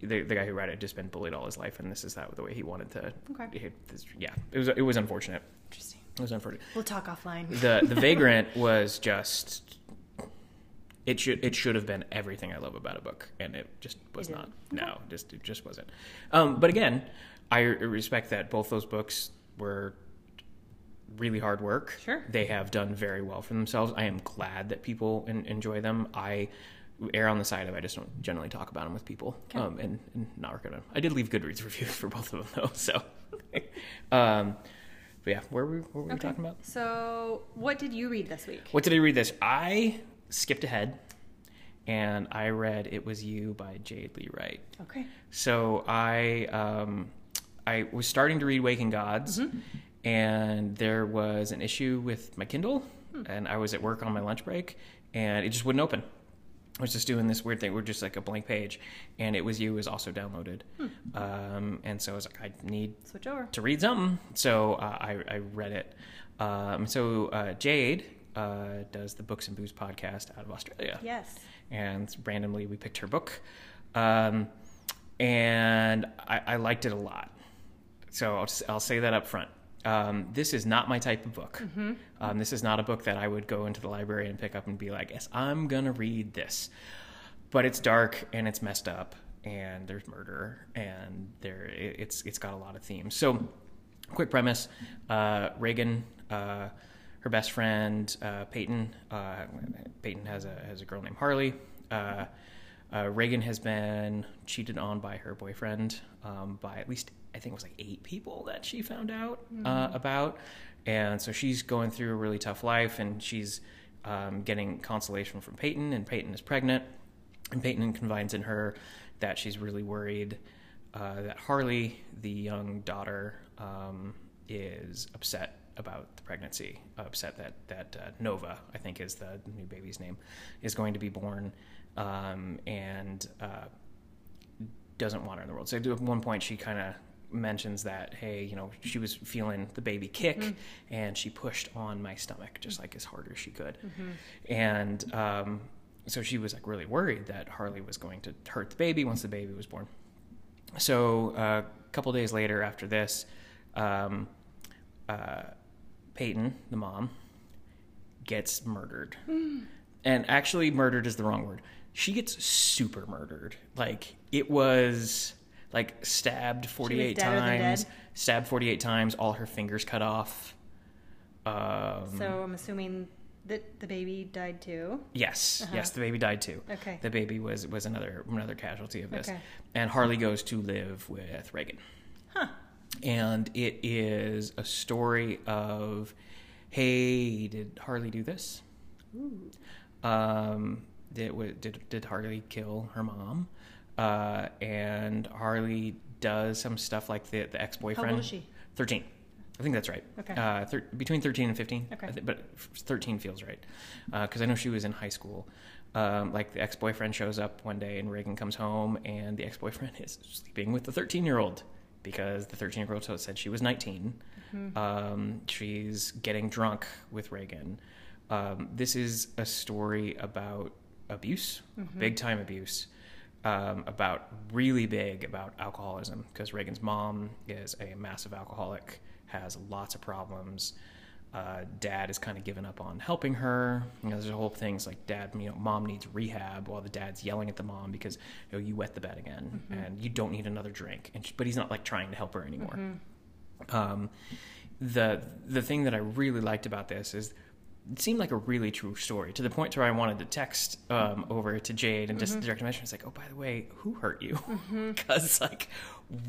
[SPEAKER 1] the, the guy who read it had just been bullied all his life and this is that the way he wanted to
[SPEAKER 2] Okay.
[SPEAKER 1] it- this- yeah it was it was unfortunate
[SPEAKER 2] Interesting.
[SPEAKER 1] it was unfortunate
[SPEAKER 2] We'll talk offline.
[SPEAKER 1] the the vagrant was just it should it should have been everything I love about a book, and it just was
[SPEAKER 2] It
[SPEAKER 1] not. No, just it just wasn't. Um, but again, I respect that both those books were really hard work.
[SPEAKER 2] Sure.
[SPEAKER 1] They have done very well for themselves. I am glad that people en- enjoy them. I err on the side of I just don't generally talk about them with people
[SPEAKER 2] Okay.
[SPEAKER 1] um, and, and not work on them. I did leave Goodreads reviews for both of them though. So, um, but yeah, where were, what were we
[SPEAKER 2] Okay.
[SPEAKER 1] talking about?
[SPEAKER 2] So, what did you read this week?
[SPEAKER 1] What did I read this? I skipped ahead and I read It Was You by Jade Lee Wright.
[SPEAKER 2] Okay.
[SPEAKER 1] So I um, I was starting to read Waking Gods, and there was an issue with my Kindle, and I was at work on my lunch break, and it just wouldn't open. I was just doing this weird thing. We're just like a blank page, and it was you is also downloaded, um, and so I was like, I need
[SPEAKER 2] Switch over.
[SPEAKER 1] to read something. So uh, I, I read it. Um, so uh, Jade uh, does the Books and Booze podcast out of Australia
[SPEAKER 2] Yes.
[SPEAKER 1] and randomly we picked her book. Um, and I, I liked it a lot. So I'll, s- I'll say that up front. Um, this is not my type of book. Um, this is not a book that I would go into the library and pick up and be like, yes, I'm going to read this. But it's dark and it's messed up and there's murder and there it, it's it's got a lot of themes. So quick premise uh, Reagan, uh, her best friend uh, Peyton. Uh, Peyton has a has a girl named Harley. Uh, uh, Reagan has been cheated on by her boyfriend um, by at least I think it was like eight people that she found out uh, about, and so she's going through a really tough life, and she's um, getting consolation from Peyton, and Peyton is pregnant, and Peyton confides in her that she's really worried uh, that Harley, the young daughter, um, is upset about the pregnancy, upset that that uh, Nova, I think is the new baby's name, is going to be born, um, and uh, doesn't want her in the world. So at one point, she kind of mentions that, hey, you know, she was feeling the baby kick, and she pushed on my stomach just like as hard as she could, and um, so she was like really worried that Harley was going to hurt the baby once the baby was born so uh, a couple days later after this um, uh, peyton the mom gets murdered
[SPEAKER 2] Hmm.
[SPEAKER 1] and actually murdered is the wrong word she gets super murdered like it was like stabbed 48
[SPEAKER 2] deader than
[SPEAKER 1] times
[SPEAKER 2] dead?
[SPEAKER 1] stabbed 48 times all her fingers cut off um,
[SPEAKER 2] So I'm assuming that the baby died too.
[SPEAKER 1] Yes,
[SPEAKER 2] Uh-huh.
[SPEAKER 1] yes, the baby died too.
[SPEAKER 2] Okay.
[SPEAKER 1] the baby was was another another casualty of this,
[SPEAKER 2] Okay.
[SPEAKER 1] and Harley goes to live with Reagan. And it is a story of, hey, did Harley do this? Um, did, wa- did did Harley kill her mom? Uh, and Harley does some stuff like the the ex boyfriend.
[SPEAKER 2] is she?
[SPEAKER 1] Thirteen. I think that's right.
[SPEAKER 2] Okay.
[SPEAKER 1] Uh, thir- between thirteen and fifteen.
[SPEAKER 2] Okay.
[SPEAKER 1] I thi- but f- thirteen feels right because I know she was in high school. Um, like the ex boyfriend shows up one day and Reagan comes home and the ex boyfriend is sleeping with the thirteen year old because the thirteen year old said she was 19 Um, she's getting drunk with Reagan. Um, this is a story about abuse, big time abuse um, about really big about alcoholism because Reagan's mom is a massive alcoholic, has lots of problems. Uh, dad is kind of given up on helping her. You know, there's whole things like dad, you know, mom needs rehab while the dad's yelling at the mom because you know you wet the bed again and you don't need another drink. And she, but he's not like trying to help her anymore um, the the thing that I really liked about this is it seemed like a really true story to the point where I wanted to text um, over to Jade and just direct a message. It's like, oh, by the way, who hurt you? Because like,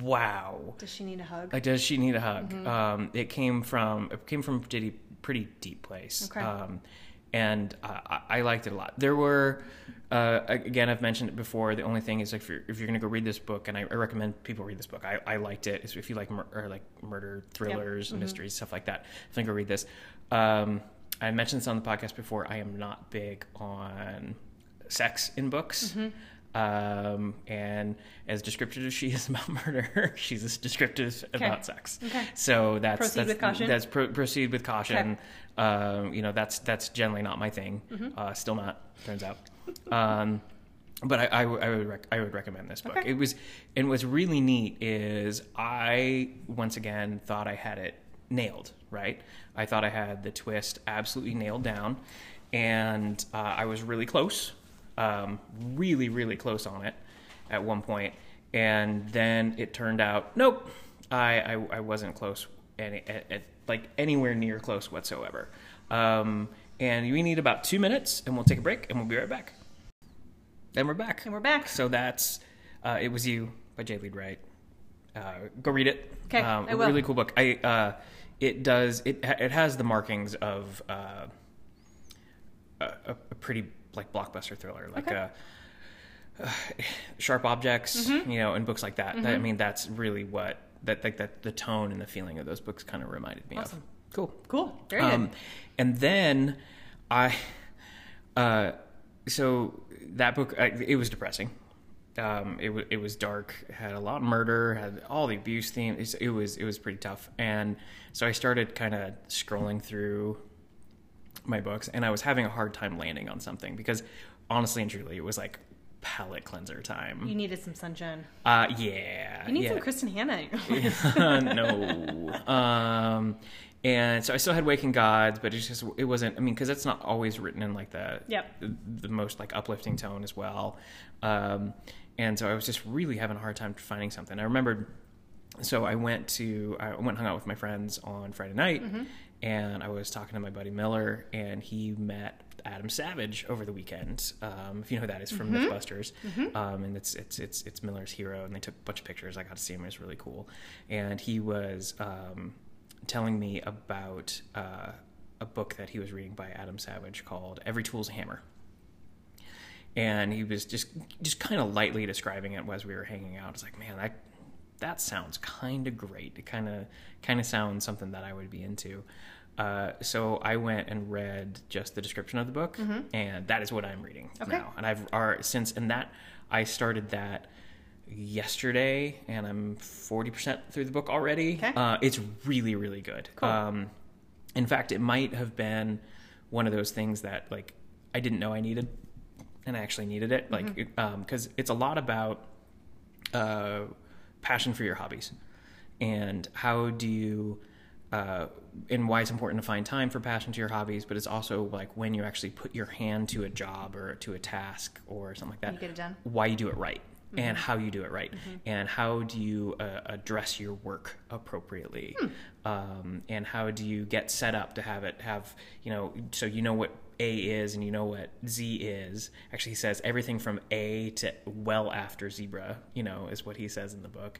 [SPEAKER 1] wow,
[SPEAKER 2] Does she need a hug?
[SPEAKER 1] like, does she need a hug? Um, it came from it came from pretty pretty deep place.
[SPEAKER 2] Okay.
[SPEAKER 1] Um, and I, I- I liked it a lot. There were, uh, again, I've mentioned it before. The only thing is, if you're, if you're going to go read this book, and I, I recommend people read this book. I, I liked it. It's If you like mur- or like murder thrillers, mysteries, stuff like that, I think go read this. Um, I mentioned this on the podcast before. I am not big on sex in books.
[SPEAKER 2] Mm-hmm.
[SPEAKER 1] Um, and as descriptive as she is about murder, she's as descriptive about sex.
[SPEAKER 2] Okay.
[SPEAKER 1] So that's
[SPEAKER 2] Proceed
[SPEAKER 1] that's,
[SPEAKER 2] with caution?
[SPEAKER 1] That's pro- proceed with caution. Um, you know, that's that's generally not my thing.
[SPEAKER 2] Mm-hmm.
[SPEAKER 1] Uh, still not. Turns out. um, but I, I, w- I would rec- I would recommend this book.
[SPEAKER 2] Okay.
[SPEAKER 1] It was and what's really neat is I once again thought I had it nailed. Right, I thought I had the twist absolutely nailed down, and uh, I was really close, um, really really close on it at one point, and then it turned out nope, I I, I wasn't close any, at, at, like anywhere near close whatsoever. Um, and we need about two minutes, and we'll take a break, and we'll be right back. And we're back.
[SPEAKER 2] And we're back.
[SPEAKER 1] So that's uh, "It Was You" by J. Lead Wright. Uh, go read it.
[SPEAKER 2] 'Kay,
[SPEAKER 1] um,
[SPEAKER 2] I will.
[SPEAKER 1] Really cool book. I uh, it does it ha- it has the markings of uh, a, a a pretty like blockbuster thriller, like
[SPEAKER 2] Okay. Mm-hmm.
[SPEAKER 1] uh, sharp objects, you know, and books like that. That- I mean, that's really what that like that the tone and the feeling of those books kind of reminded me
[SPEAKER 2] Awesome.
[SPEAKER 1] of. Cool.
[SPEAKER 2] Cool. Very
[SPEAKER 1] Um,
[SPEAKER 2] good.
[SPEAKER 1] and then I, uh, so that book I, it was depressing. Um, it wa it was dark, had a lot of murder, had all the abuse theme. It's, it was it was pretty tough, and so I started kind of scrolling through my books, and I was having a hard time landing on something because honestly and truly, it was like palette cleanser time.
[SPEAKER 2] You needed some sunshine.
[SPEAKER 1] Uh, yeah,
[SPEAKER 2] You need
[SPEAKER 1] yeah.
[SPEAKER 2] some Kristen Hannah. in your life.
[SPEAKER 1] no. Um, and so I still had Waking Gods, but it just it wasn't. I mean, because that's not always written in like the
[SPEAKER 2] Yep.
[SPEAKER 1] the most like uplifting tone as well. Um, and so I was just really having a hard time finding something. I remembered. So I went to I went and hung out with my friends on Friday night, and I was talking to my buddy Miller, and he met Adam Savage over the weekend. Um, if you know who that is from MythBusters, um, and it's it's it's it's Miller's hero, and they took a bunch of pictures. I got to see him; it was really cool. And he was um, telling me about uh, a book that he was reading by Adam Savage called "Every Tool's a Hammer." and he was just just kind of lightly describing it as we were hanging out. It's like, man, that that sounds kind of great. It kind of kind of sounds something that I would be into. Uh, so I went and read just the description of the book, and that is what I'm reading
[SPEAKER 2] Mm-hmm. Okay.
[SPEAKER 1] now. And I've are since and that I started that yesterday, and I'm 40 percent through the book already.
[SPEAKER 2] Okay.
[SPEAKER 1] Uh, it's really really good.
[SPEAKER 2] Cool.
[SPEAKER 1] Um, in fact, it might have been one of those things that like I didn't know I needed, and I actually needed it. Like,
[SPEAKER 2] Mm-hmm.
[SPEAKER 1] because it's a lot about uh, passion for your hobbies, and how do you, uh, and why it's important to find time for passion to your hobbies, but it's also like when you actually put your hand to a job or to a task or something like that.
[SPEAKER 2] You get it done.
[SPEAKER 1] Why you do it right. And
[SPEAKER 2] Mm-hmm.
[SPEAKER 1] how you do it right, and how do you uh, address your work appropriately,
[SPEAKER 2] Hmm.
[SPEAKER 1] um, and how do you get set up to have it have you know so you know what A is and you know what Z is. Actually, he says everything from A to well after zebra, you know, is what he says in the book,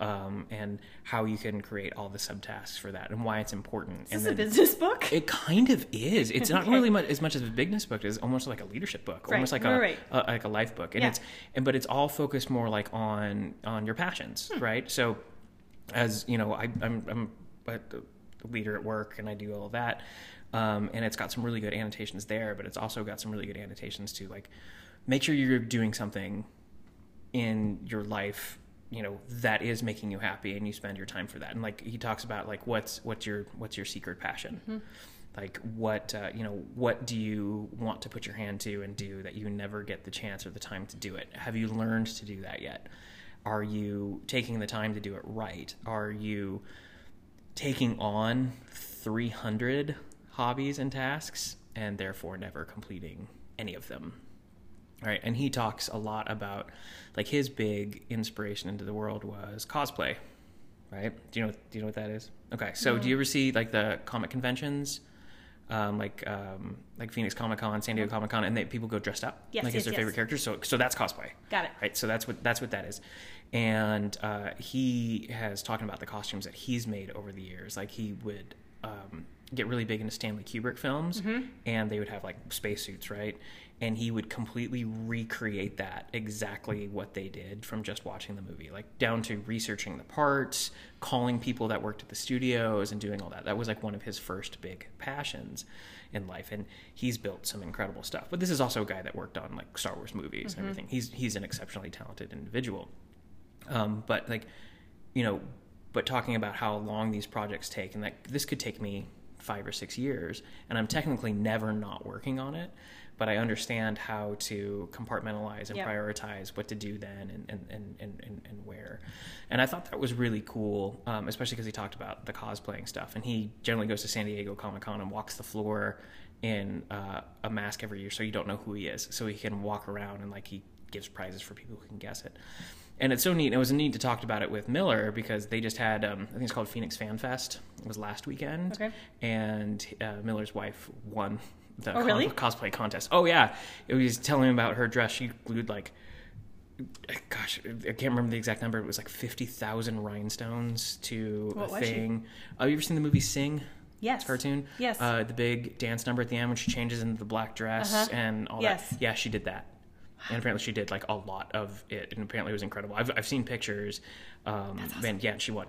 [SPEAKER 1] um, and how you can create all the subtasks for that and why it's important. and
[SPEAKER 2] Is this a
[SPEAKER 1] then-
[SPEAKER 2] business book?
[SPEAKER 1] it kind of is. It's not
[SPEAKER 2] Okay.
[SPEAKER 1] really much as much as a bigness book. It's almost like a leadership book,
[SPEAKER 2] Right,
[SPEAKER 1] almost like a,
[SPEAKER 2] right, right.
[SPEAKER 1] a like a life book, and
[SPEAKER 2] Yeah.
[SPEAKER 1] it's and but it's all focused more like on on your passions,
[SPEAKER 2] Hmm.
[SPEAKER 1] right? So, as you know, I, I'm I'm a a leader at work, and I do all of that, um, and it's got some really good annotations there, but it's also got some really good annotations to like make sure you're doing something in your life you know that is making you happy and you spend your time for that and like he talks about like what's what's your what's your secret passion
[SPEAKER 2] Mm-hmm.
[SPEAKER 1] like what uh, you know what do you want to put your hand to and do that you never get the chance or the time to do it have you learned to do that yet are you taking the time to do it right are you taking on 300 hobbies and tasks and therefore never completing any of them all right and he talks a lot about like his big inspiration into the world was cosplay right do you know do you know what that is okay so do you ever see like the comic conventions um, like um, like Phoenix Comic Con, San Diego Comic Con, and they, people go dressed up
[SPEAKER 2] Yes,
[SPEAKER 1] like
[SPEAKER 2] yes,
[SPEAKER 1] as their
[SPEAKER 2] yes.
[SPEAKER 1] favorite characters. So so that's cosplay
[SPEAKER 2] Got it.
[SPEAKER 1] right so that's what that's what that is and uh, he has talking about the costumes that he's made over the years like he would um, get really big into stanley kubrick films
[SPEAKER 2] Mm-hmm.
[SPEAKER 1] and they would have like spacesuits right and he would completely recreate that exactly what they did from just watching the movie like down to researching the parts calling people that worked at the studios and doing all that that was like one of his first big passions in life and he's built some incredible stuff but this is also a guy that worked on like star wars movies and everything he's he's an exceptionally talented individual um, but like you know but talking about how long these projects take and that this could take me five or six years and i'm technically never not working on it but i understand how to compartmentalize and
[SPEAKER 2] Yeah.
[SPEAKER 1] prioritize what to do then and, and, and, and, and, and where and i thought that was really cool um, especially because he talked about the cosplaying stuff and he generally goes to san diego comic-con and walks the floor in uh, a mask every year so you don't know who he is so he can walk around and like he gives prizes for people who can guess it and it's so neat. It was neat to talk about it with Miller because they just had, um, I think it's called Phoenix Fan Fest. It was last weekend,
[SPEAKER 2] Okay.
[SPEAKER 1] and uh, Miller's wife won the
[SPEAKER 2] Oh, really?
[SPEAKER 1] cosplay contest. Oh yeah, it was telling me about her dress. She glued like, gosh, I can't remember the exact number. It was like fifty thousand rhinestones to
[SPEAKER 2] What
[SPEAKER 1] a
[SPEAKER 2] was she?
[SPEAKER 1] thing. Have you ever seen the movie Sing?
[SPEAKER 2] Yes.
[SPEAKER 1] cartoon.
[SPEAKER 2] Yes.
[SPEAKER 1] Uh, the big dance number at the end when she changes into the black dress
[SPEAKER 2] Uh-huh.
[SPEAKER 1] and all
[SPEAKER 2] Yes.
[SPEAKER 1] that. Yeah, she did that. And apparently she did like a lot of it, and apparently it was incredible. I've, I've seen pictures. Um, And yeah, she won.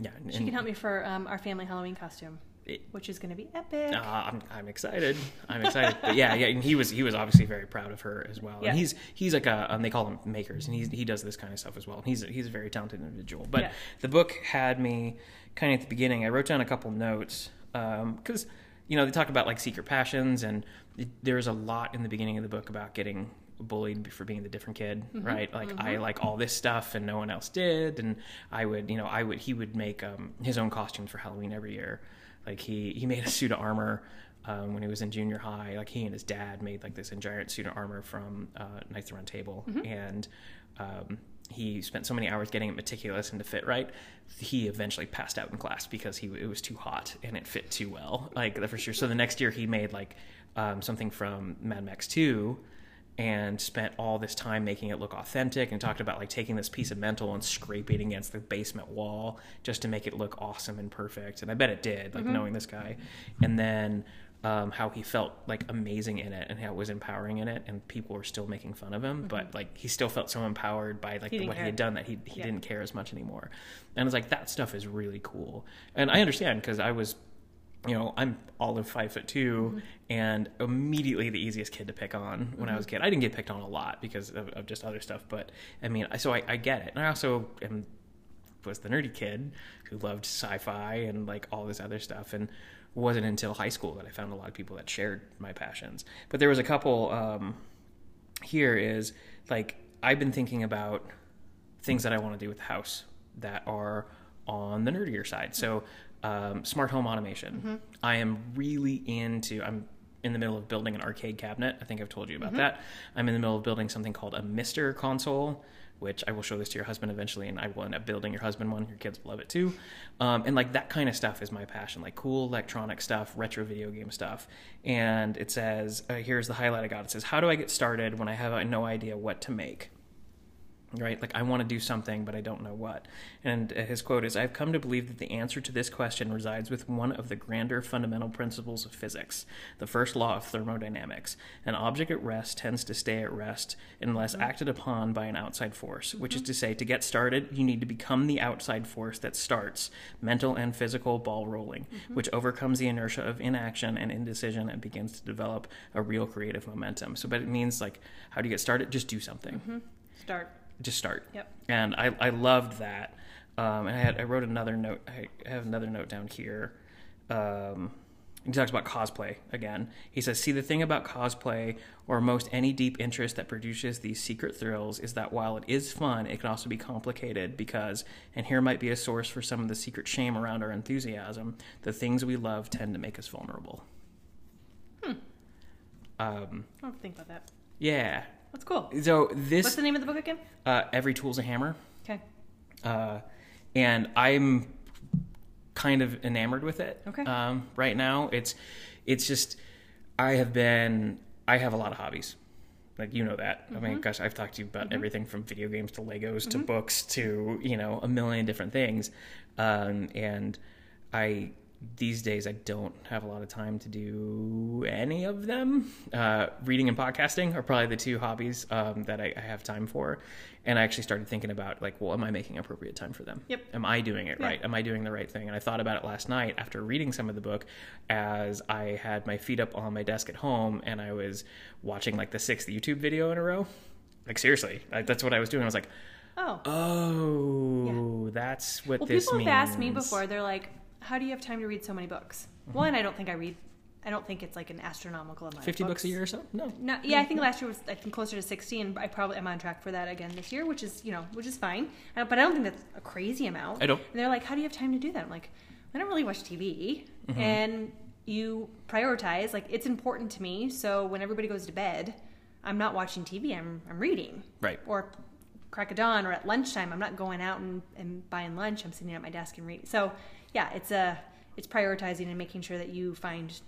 [SPEAKER 1] Yeah, and,
[SPEAKER 2] She can help me for um, our family Halloween costume,
[SPEAKER 1] It-
[SPEAKER 2] which is going to be epic.
[SPEAKER 1] uh, I'm, I'm excited. I'm excited. but yeah, yeah. And he was he was obviously very proud of her as well.
[SPEAKER 2] Yeah.
[SPEAKER 1] And he's he's like a um, they call him makers, and he's, he does this kind of stuff as well. And he's a, he's a very talented individual. But
[SPEAKER 2] Yeah.
[SPEAKER 1] the book had me kind of at the beginning. I wrote down a couple notes because you know they talk about like secret passions, and it, there's a lot in the beginning of the book about getting bullied for being the different kid,
[SPEAKER 2] Mm-hmm.
[SPEAKER 1] right? Like I like all this stuff and no one else did, and I would you know I would he would make um, his own costumes for Halloween every year. Like he he made a suit of armor. Um, when he was in junior high, like he and his dad made like this giant suit of armor from uh, Knights of the Round Table, and um, he spent so many hours getting it meticulous and to fit right. He eventually passed out in class because he it was too hot and it fit too well, like the first year. So the next year he made like um, something from Mad Max Two, and spent all this time making it look authentic and talked about like taking this piece of metal and scraping it against the basement wall just to make it look awesome and perfect. And I bet it did,
[SPEAKER 2] Mm-hmm.
[SPEAKER 1] like knowing this guy, and then. Um, how he felt like amazing in it and how it was empowering in it and people were still making fun of him but like he still felt so empowered by like
[SPEAKER 2] Mm-hmm. He didn't
[SPEAKER 1] what
[SPEAKER 2] care.
[SPEAKER 1] he had done that he, he
[SPEAKER 2] Yeah.
[SPEAKER 1] didn't care as much anymore and it's like that stuff is really cool and i understand because i was you know i'm all of five foot 2 and immediately the easiest kid to pick on when i was a kid i didn't get picked on a lot because of, of just other stuff but i mean I- so I, I get it and i also am was the nerdy kid who loved sci-fi and like all this other stuff and it wasn't until high school that i found a lot of people that shared my passions but there was a couple um, here is like i've been thinking about things that i want to do with the house that are on the nerdier side so um, smart home automation i am really into i'm in the middle of building an arcade cabinet i think i've told you about that i'm in the middle of building something called a mister console which I will show this to your husband eventually, and I will end up building your husband one. Your kids will love it too. Um, and like that kind of stuff is my passion, like cool electronic stuff, retro video game stuff. And it says, uh, here's the highlight I got. It says, how do I get started when I have uh, no idea what to make? right? Like, I want to do something, but I don't know what. And uh, his quote is I've come to believe that the answer to this question resides with one of the grander fundamental principles of physics, the first law of thermodynamics. An object at rest tends to stay at rest unless acted upon by an outside force, which is to say, to get started, you need to become the outside force that starts mental and physical ball rolling, which overcomes the inertia of inaction and indecision and begins to develop a real creative momentum. So, but it means like, how do you get started? Just do something
[SPEAKER 2] Start.
[SPEAKER 1] just start.
[SPEAKER 2] Yep.
[SPEAKER 1] And I, I loved that. Um, and I had I wrote another note. I I have another note down here. Um, he talks about cosplay again. He says, "See the thing about cosplay, or most any deep interest that produces these secret thrills, is that while it is fun, it can also be complicated because, and here might be a source for some of the secret shame around our enthusiasm. The things we love tend to make us vulnerable."
[SPEAKER 2] Hmm.
[SPEAKER 1] Um,
[SPEAKER 2] I don't think about that.
[SPEAKER 1] yeah.
[SPEAKER 2] That's cool.
[SPEAKER 1] So
[SPEAKER 2] What's
[SPEAKER 1] this,
[SPEAKER 2] the name of the book again?
[SPEAKER 1] uh, every tool's a hammer.
[SPEAKER 2] Okay.
[SPEAKER 1] uh, and I'm kind of enamored with it.
[SPEAKER 2] Okay.
[SPEAKER 1] Um, right now, it's it's just I have been I have a lot of hobbies. Like you know that. I mean, gosh, I've talked to you about everything from video games to Legos to books to you know a million different things, um, and I these days I don't have a lot of time to do any of them. Uh, reading and podcasting are probably the two hobbies um, that I, I have time for, and I actually started thinking about like, well, am I making appropriate time for them?
[SPEAKER 2] Yep.
[SPEAKER 1] Am I doing it
[SPEAKER 2] Yeah.
[SPEAKER 1] right? Am I doing the right thing? And I thought about it last night after reading some of the book as I had my feet up on my desk at home and I was watching like the sixth YouTube video in a row. Like, seriously, I, that's what I was doing. I was like,
[SPEAKER 2] Oh.
[SPEAKER 1] oh, that's what
[SPEAKER 2] Well,
[SPEAKER 1] Uh, this
[SPEAKER 2] people
[SPEAKER 1] means. Mm-hmm.
[SPEAKER 2] have asked me before. They're like, "How do you have time to read so many books?" One, I don't think I read. I don't think it's like an astronomical amount. of
[SPEAKER 1] 50 books a year or so? No.
[SPEAKER 2] No, yeah, I think last year was I think closer to sixty, and I probably am on track for that again this year, which is you know which is fine. I don't- But I don't think that's a crazy amount.
[SPEAKER 1] I don't.
[SPEAKER 2] And they're like, "How do you have time to do that?" I'm like, "I don't really watch TV,
[SPEAKER 1] Mm-hmm.
[SPEAKER 2] and you prioritize. Like, it's important to me. So when everybody goes to bed, I'm not watching TV. I'm I'm reading
[SPEAKER 1] Right.
[SPEAKER 2] or crack of dawn or at lunchtime. I'm not going out and, and buying lunch. I'm sitting at my desk and reading. So yeah, it's a it's prioritizing and making sure that you find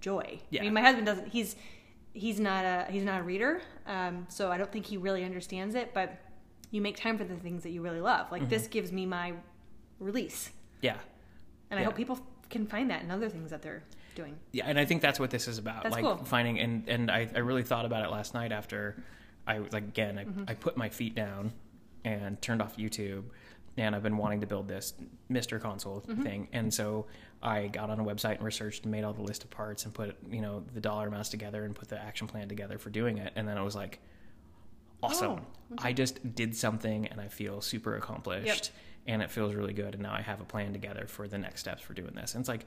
[SPEAKER 2] joy.
[SPEAKER 1] Yeah.
[SPEAKER 2] I mean, my husband doesn't. He's he's not a he's not a reader, um, so I don't think he really understands it. But you make time for the things that you really love.
[SPEAKER 1] Mm-hmm.
[SPEAKER 2] Like this gives me my release,
[SPEAKER 1] Yeah.
[SPEAKER 2] and I
[SPEAKER 1] Yeah.
[SPEAKER 2] hope people can find that in other things that they're doing.
[SPEAKER 1] Yeah, and I think that's what this is about.
[SPEAKER 2] That's
[SPEAKER 1] like
[SPEAKER 2] cool.
[SPEAKER 1] finding and and I, I really thought about it last night after I like again I,
[SPEAKER 2] Mm-hmm.
[SPEAKER 1] I put my feet down and turned off YouTube and I've been wanting to build this Mr. Console
[SPEAKER 2] Mm-hmm.
[SPEAKER 1] thing. And so I got on a website and researched and made all the list of parts and put, you know, the dollar amounts together and put the action plan together for doing it. And then it was like awesome.
[SPEAKER 2] Oh.
[SPEAKER 1] I just did something and I feel super accomplished and it feels really good and now I have a plan together for the next steps for doing this. And it's like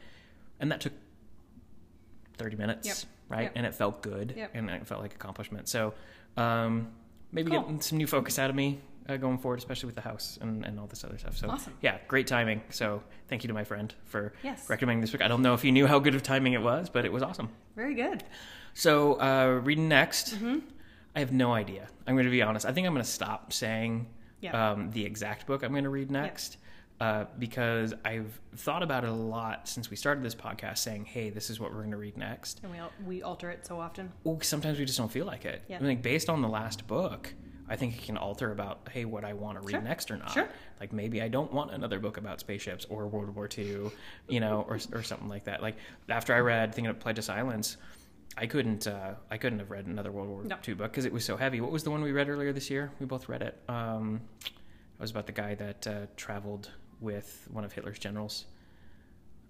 [SPEAKER 1] and that took 30 minutes,
[SPEAKER 2] Yep.
[SPEAKER 1] right?
[SPEAKER 2] Yep.
[SPEAKER 1] And it felt good
[SPEAKER 2] Yep.
[SPEAKER 1] and it felt like accomplishment. So, um, maybe
[SPEAKER 2] Cool.
[SPEAKER 1] getting some new focus out of me uh, going forward, especially with the house and, and all this other stuff. So,
[SPEAKER 2] Awesome.
[SPEAKER 1] yeah, great timing. So, thank you to my friend for
[SPEAKER 2] Yes.
[SPEAKER 1] recommending this book. I don't know if you knew how good of timing it was, but it was awesome.
[SPEAKER 2] Very good.
[SPEAKER 1] So, uh, reading next, I have no idea. I'm going to be honest. I think I'm going to stop saying
[SPEAKER 2] Yeah.
[SPEAKER 1] um, the exact book I'm going to read next uh, because I've thought about it a lot since we started this podcast saying, hey, this is what we're going to read next.
[SPEAKER 2] And we al- we alter it so often.
[SPEAKER 1] Well, sometimes we just don't feel like it.
[SPEAKER 2] Yeah.
[SPEAKER 1] I mean, like, based on the last book, I think it can alter about, hey, what I want to read
[SPEAKER 2] Sure.
[SPEAKER 1] next or not.
[SPEAKER 2] Sure.
[SPEAKER 1] Like maybe I don't want another book about spaceships or World War II, you know, or, or something like that. Like after I read Thinking of Pledge of Silence, I couldn't uh, I couldn't have read another World War
[SPEAKER 2] No.
[SPEAKER 1] II book because it was so heavy. What was the one we read earlier this year? We both read it. Um, it was about the guy that uh, traveled with one of Hitler's generals.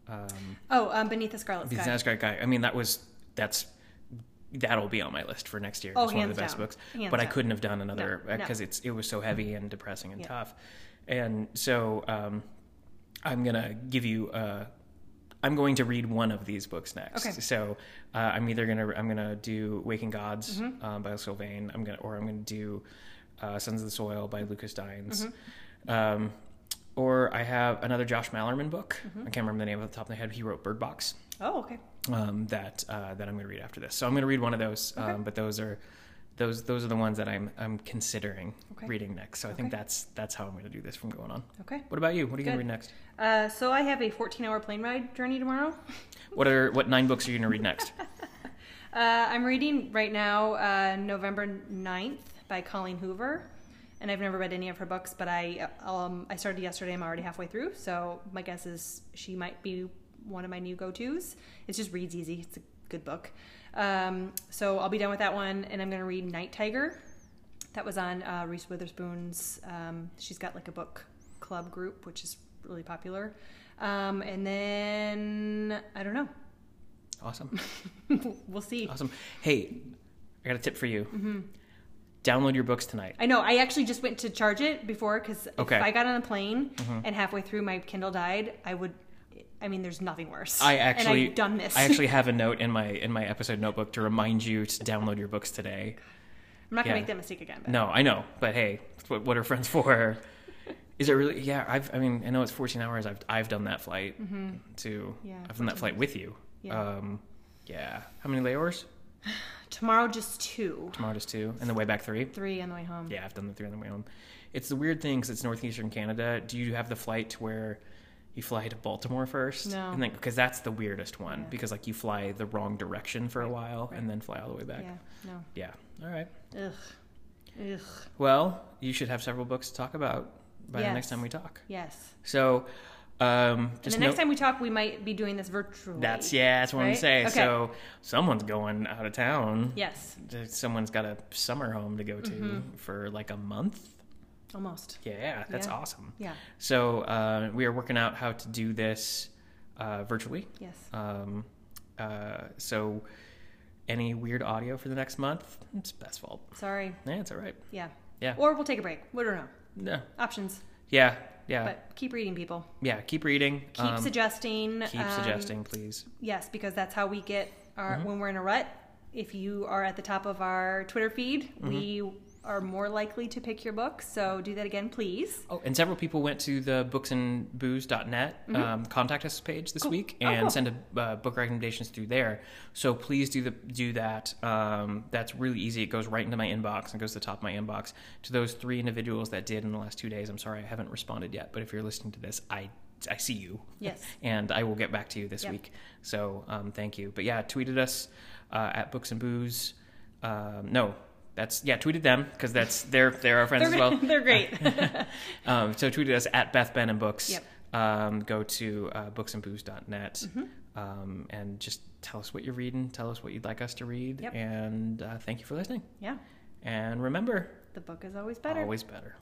[SPEAKER 1] Um,
[SPEAKER 2] Oh, um, beneath the scarlet
[SPEAKER 1] the
[SPEAKER 2] sky.
[SPEAKER 1] Nazgul guy. I mean, that was that's that'll be on my list for next year.
[SPEAKER 2] Oh,
[SPEAKER 1] it's one of
[SPEAKER 2] hands
[SPEAKER 1] the best
[SPEAKER 2] down.
[SPEAKER 1] books.
[SPEAKER 2] Hands
[SPEAKER 1] but I
[SPEAKER 2] down.
[SPEAKER 1] couldn't have done another
[SPEAKER 2] No, no.
[SPEAKER 1] because it's it was so heavy and depressing and
[SPEAKER 2] Yeah.
[SPEAKER 1] tough. And so um, I'm gonna give you. Uh, I'm going to read one of these books next.
[SPEAKER 2] Okay.
[SPEAKER 1] So uh, I'm either gonna I'm gonna do Waking Gods
[SPEAKER 2] Mm-hmm.
[SPEAKER 1] um, by Sylvain. I'm gonna or I'm gonna do uh, Sons of the Soil by Lucas Dines.
[SPEAKER 2] Mm-hmm.
[SPEAKER 1] Um, or I have another Josh Mallerman book.
[SPEAKER 2] Mm-hmm.
[SPEAKER 1] I can't remember the name off the top of my head. He wrote Bird Box
[SPEAKER 2] Oh, okay.
[SPEAKER 1] um, that uh, that I'm going to read after this. So I'm going to read one of those, um, but those are those those are the ones that I'm I'm considering
[SPEAKER 2] Okay.
[SPEAKER 1] reading next. So I think
[SPEAKER 2] Okay.
[SPEAKER 1] that's that's how I'm going to do this from going on.
[SPEAKER 2] Okay.
[SPEAKER 1] What about you? What are you going to
[SPEAKER 2] Good.
[SPEAKER 1] read next?
[SPEAKER 2] Uh, so I have a 14-hour plane ride journey tomorrow.
[SPEAKER 1] What are what nine books are you going to read next?
[SPEAKER 2] Uh, I'm reading right now uh, November 9th by Colleen Hoover, and I've never read any of her books, but I um, I started yesterday. I'm already halfway through, so my guess is she might be one of my new go-tos. It just reads easy. It's a good book. Um, so I'll be done with that one, and I'm going to read Night Tiger. That was on uh, Reese Witherspoon's. Um, she's got like a book club group, which is really popular. Um, and then I don't know.
[SPEAKER 1] Awesome,
[SPEAKER 2] we'll see.
[SPEAKER 1] awesome. Hey, I got a tip for you.
[SPEAKER 2] Mm-hmm.
[SPEAKER 1] Download your books tonight.
[SPEAKER 2] I know. I actually just went to charge it before because
[SPEAKER 1] Okay. Mm-hmm.
[SPEAKER 2] if I got on a plane and halfway through my Kindle died, I would. I mean, there's nothing worse.
[SPEAKER 1] I actually
[SPEAKER 2] and I've done this.
[SPEAKER 1] I actually have a note in my in my episode notebook to remind you to download your books today.
[SPEAKER 2] I'm not gonna
[SPEAKER 1] yeah.
[SPEAKER 2] make that mistake again. But
[SPEAKER 1] No, I know, but hey, that's what, what are friends for? Is it really? Yeah, I've. I mean, I know it's 14 hours. I've I've done that flight too.
[SPEAKER 2] Mm-hmm. Yeah,
[SPEAKER 1] I've done that
[SPEAKER 2] 14
[SPEAKER 1] flight with you.
[SPEAKER 2] Yeah.
[SPEAKER 1] Um, yeah. How many layovers?
[SPEAKER 2] Tomorrow, just two,
[SPEAKER 1] Tomorrow just two, and the way back three.
[SPEAKER 2] three on the way home.
[SPEAKER 1] Yeah, I've done the three on the way home. It's the weird thing 'cause it's northeastern Canada. Do you have the flight to where you fly to Baltimore first?
[SPEAKER 2] No.
[SPEAKER 1] And then because that's the weirdest one
[SPEAKER 2] Yeah.
[SPEAKER 1] because like you fly the wrong direction for a while
[SPEAKER 2] right.
[SPEAKER 1] and then fly all the way back.
[SPEAKER 2] Yeah, No.
[SPEAKER 1] Yeah. All right.
[SPEAKER 2] Ugh. Ugh.
[SPEAKER 1] Well, you should have several books to talk about by the next
[SPEAKER 2] Yes.
[SPEAKER 1] time we talk.
[SPEAKER 2] Yes.
[SPEAKER 1] So, um,
[SPEAKER 2] And
[SPEAKER 1] just
[SPEAKER 2] the next
[SPEAKER 1] note-
[SPEAKER 2] time we talk, we might be doing this virtually.
[SPEAKER 1] that's yeah, that's what I'm
[SPEAKER 2] right?
[SPEAKER 1] saying.
[SPEAKER 2] Okay.
[SPEAKER 1] So someone's going out of town.
[SPEAKER 2] Yes.
[SPEAKER 1] There's- Someone's got a summer home to go to for like a month.
[SPEAKER 2] Almost.
[SPEAKER 1] Yeah, that's
[SPEAKER 2] Mm-hmm. Yeah.
[SPEAKER 1] awesome.
[SPEAKER 2] Yeah.
[SPEAKER 1] So uh, we are working out how to do this uh, virtually.
[SPEAKER 2] Yes.
[SPEAKER 1] Um, uh, so any weird audio for the next month, it's Beth's fault.
[SPEAKER 2] Sorry.
[SPEAKER 1] Yeah, it's all right.
[SPEAKER 2] Yeah.
[SPEAKER 1] Yeah.
[SPEAKER 2] Or we'll take a break. We don't know.
[SPEAKER 1] No.
[SPEAKER 2] Options.
[SPEAKER 1] Yeah. Yeah.
[SPEAKER 2] But keep reading, people.
[SPEAKER 1] yeah. Keep reading.
[SPEAKER 2] Keep
[SPEAKER 1] Um,
[SPEAKER 2] suggesting.
[SPEAKER 1] keep
[SPEAKER 2] um,
[SPEAKER 1] suggesting, please.
[SPEAKER 2] Yes, because that's how we
[SPEAKER 1] Mm-hmm. Mm-hmm.
[SPEAKER 2] get our when we're in a rut. If you are at the top of our Twitter feed, we are more likely to pick your book. So do that again, please.
[SPEAKER 1] Oh, and several people went to the booksandbooze.net um, contact us page this week and
[SPEAKER 2] Mm-hmm. cool.
[SPEAKER 1] send a, uh, book recommendations through there. So please do the do that. Um, that's really easy. It goes right into my inbox and goes to the top of my inbox. To those three individuals that did in the last two days, I'm sorry I haven't responded yet. But if you're listening to this, I I see you.
[SPEAKER 2] Yes.
[SPEAKER 1] and I will get back to you this
[SPEAKER 2] Yep.
[SPEAKER 1] week. So um, thank you. But yeah, tweeted us uh, at Books and Booze. Um, no. That's yeah. Tweeted them because that's they're they're our friends
[SPEAKER 2] They're,
[SPEAKER 1] as well.
[SPEAKER 2] they're great.
[SPEAKER 1] Um, so tweeted us at Beth Ben and Books.
[SPEAKER 2] Yep.
[SPEAKER 1] Um, go to uh, booksandbooze.net
[SPEAKER 2] Mm-hmm.
[SPEAKER 1] um, and just tell us what you're reading. Tell us what you'd like us to read.
[SPEAKER 2] Yep.
[SPEAKER 1] And uh, thank you for listening.
[SPEAKER 2] yeah.
[SPEAKER 1] And remember,
[SPEAKER 2] The book is always better.
[SPEAKER 1] always better.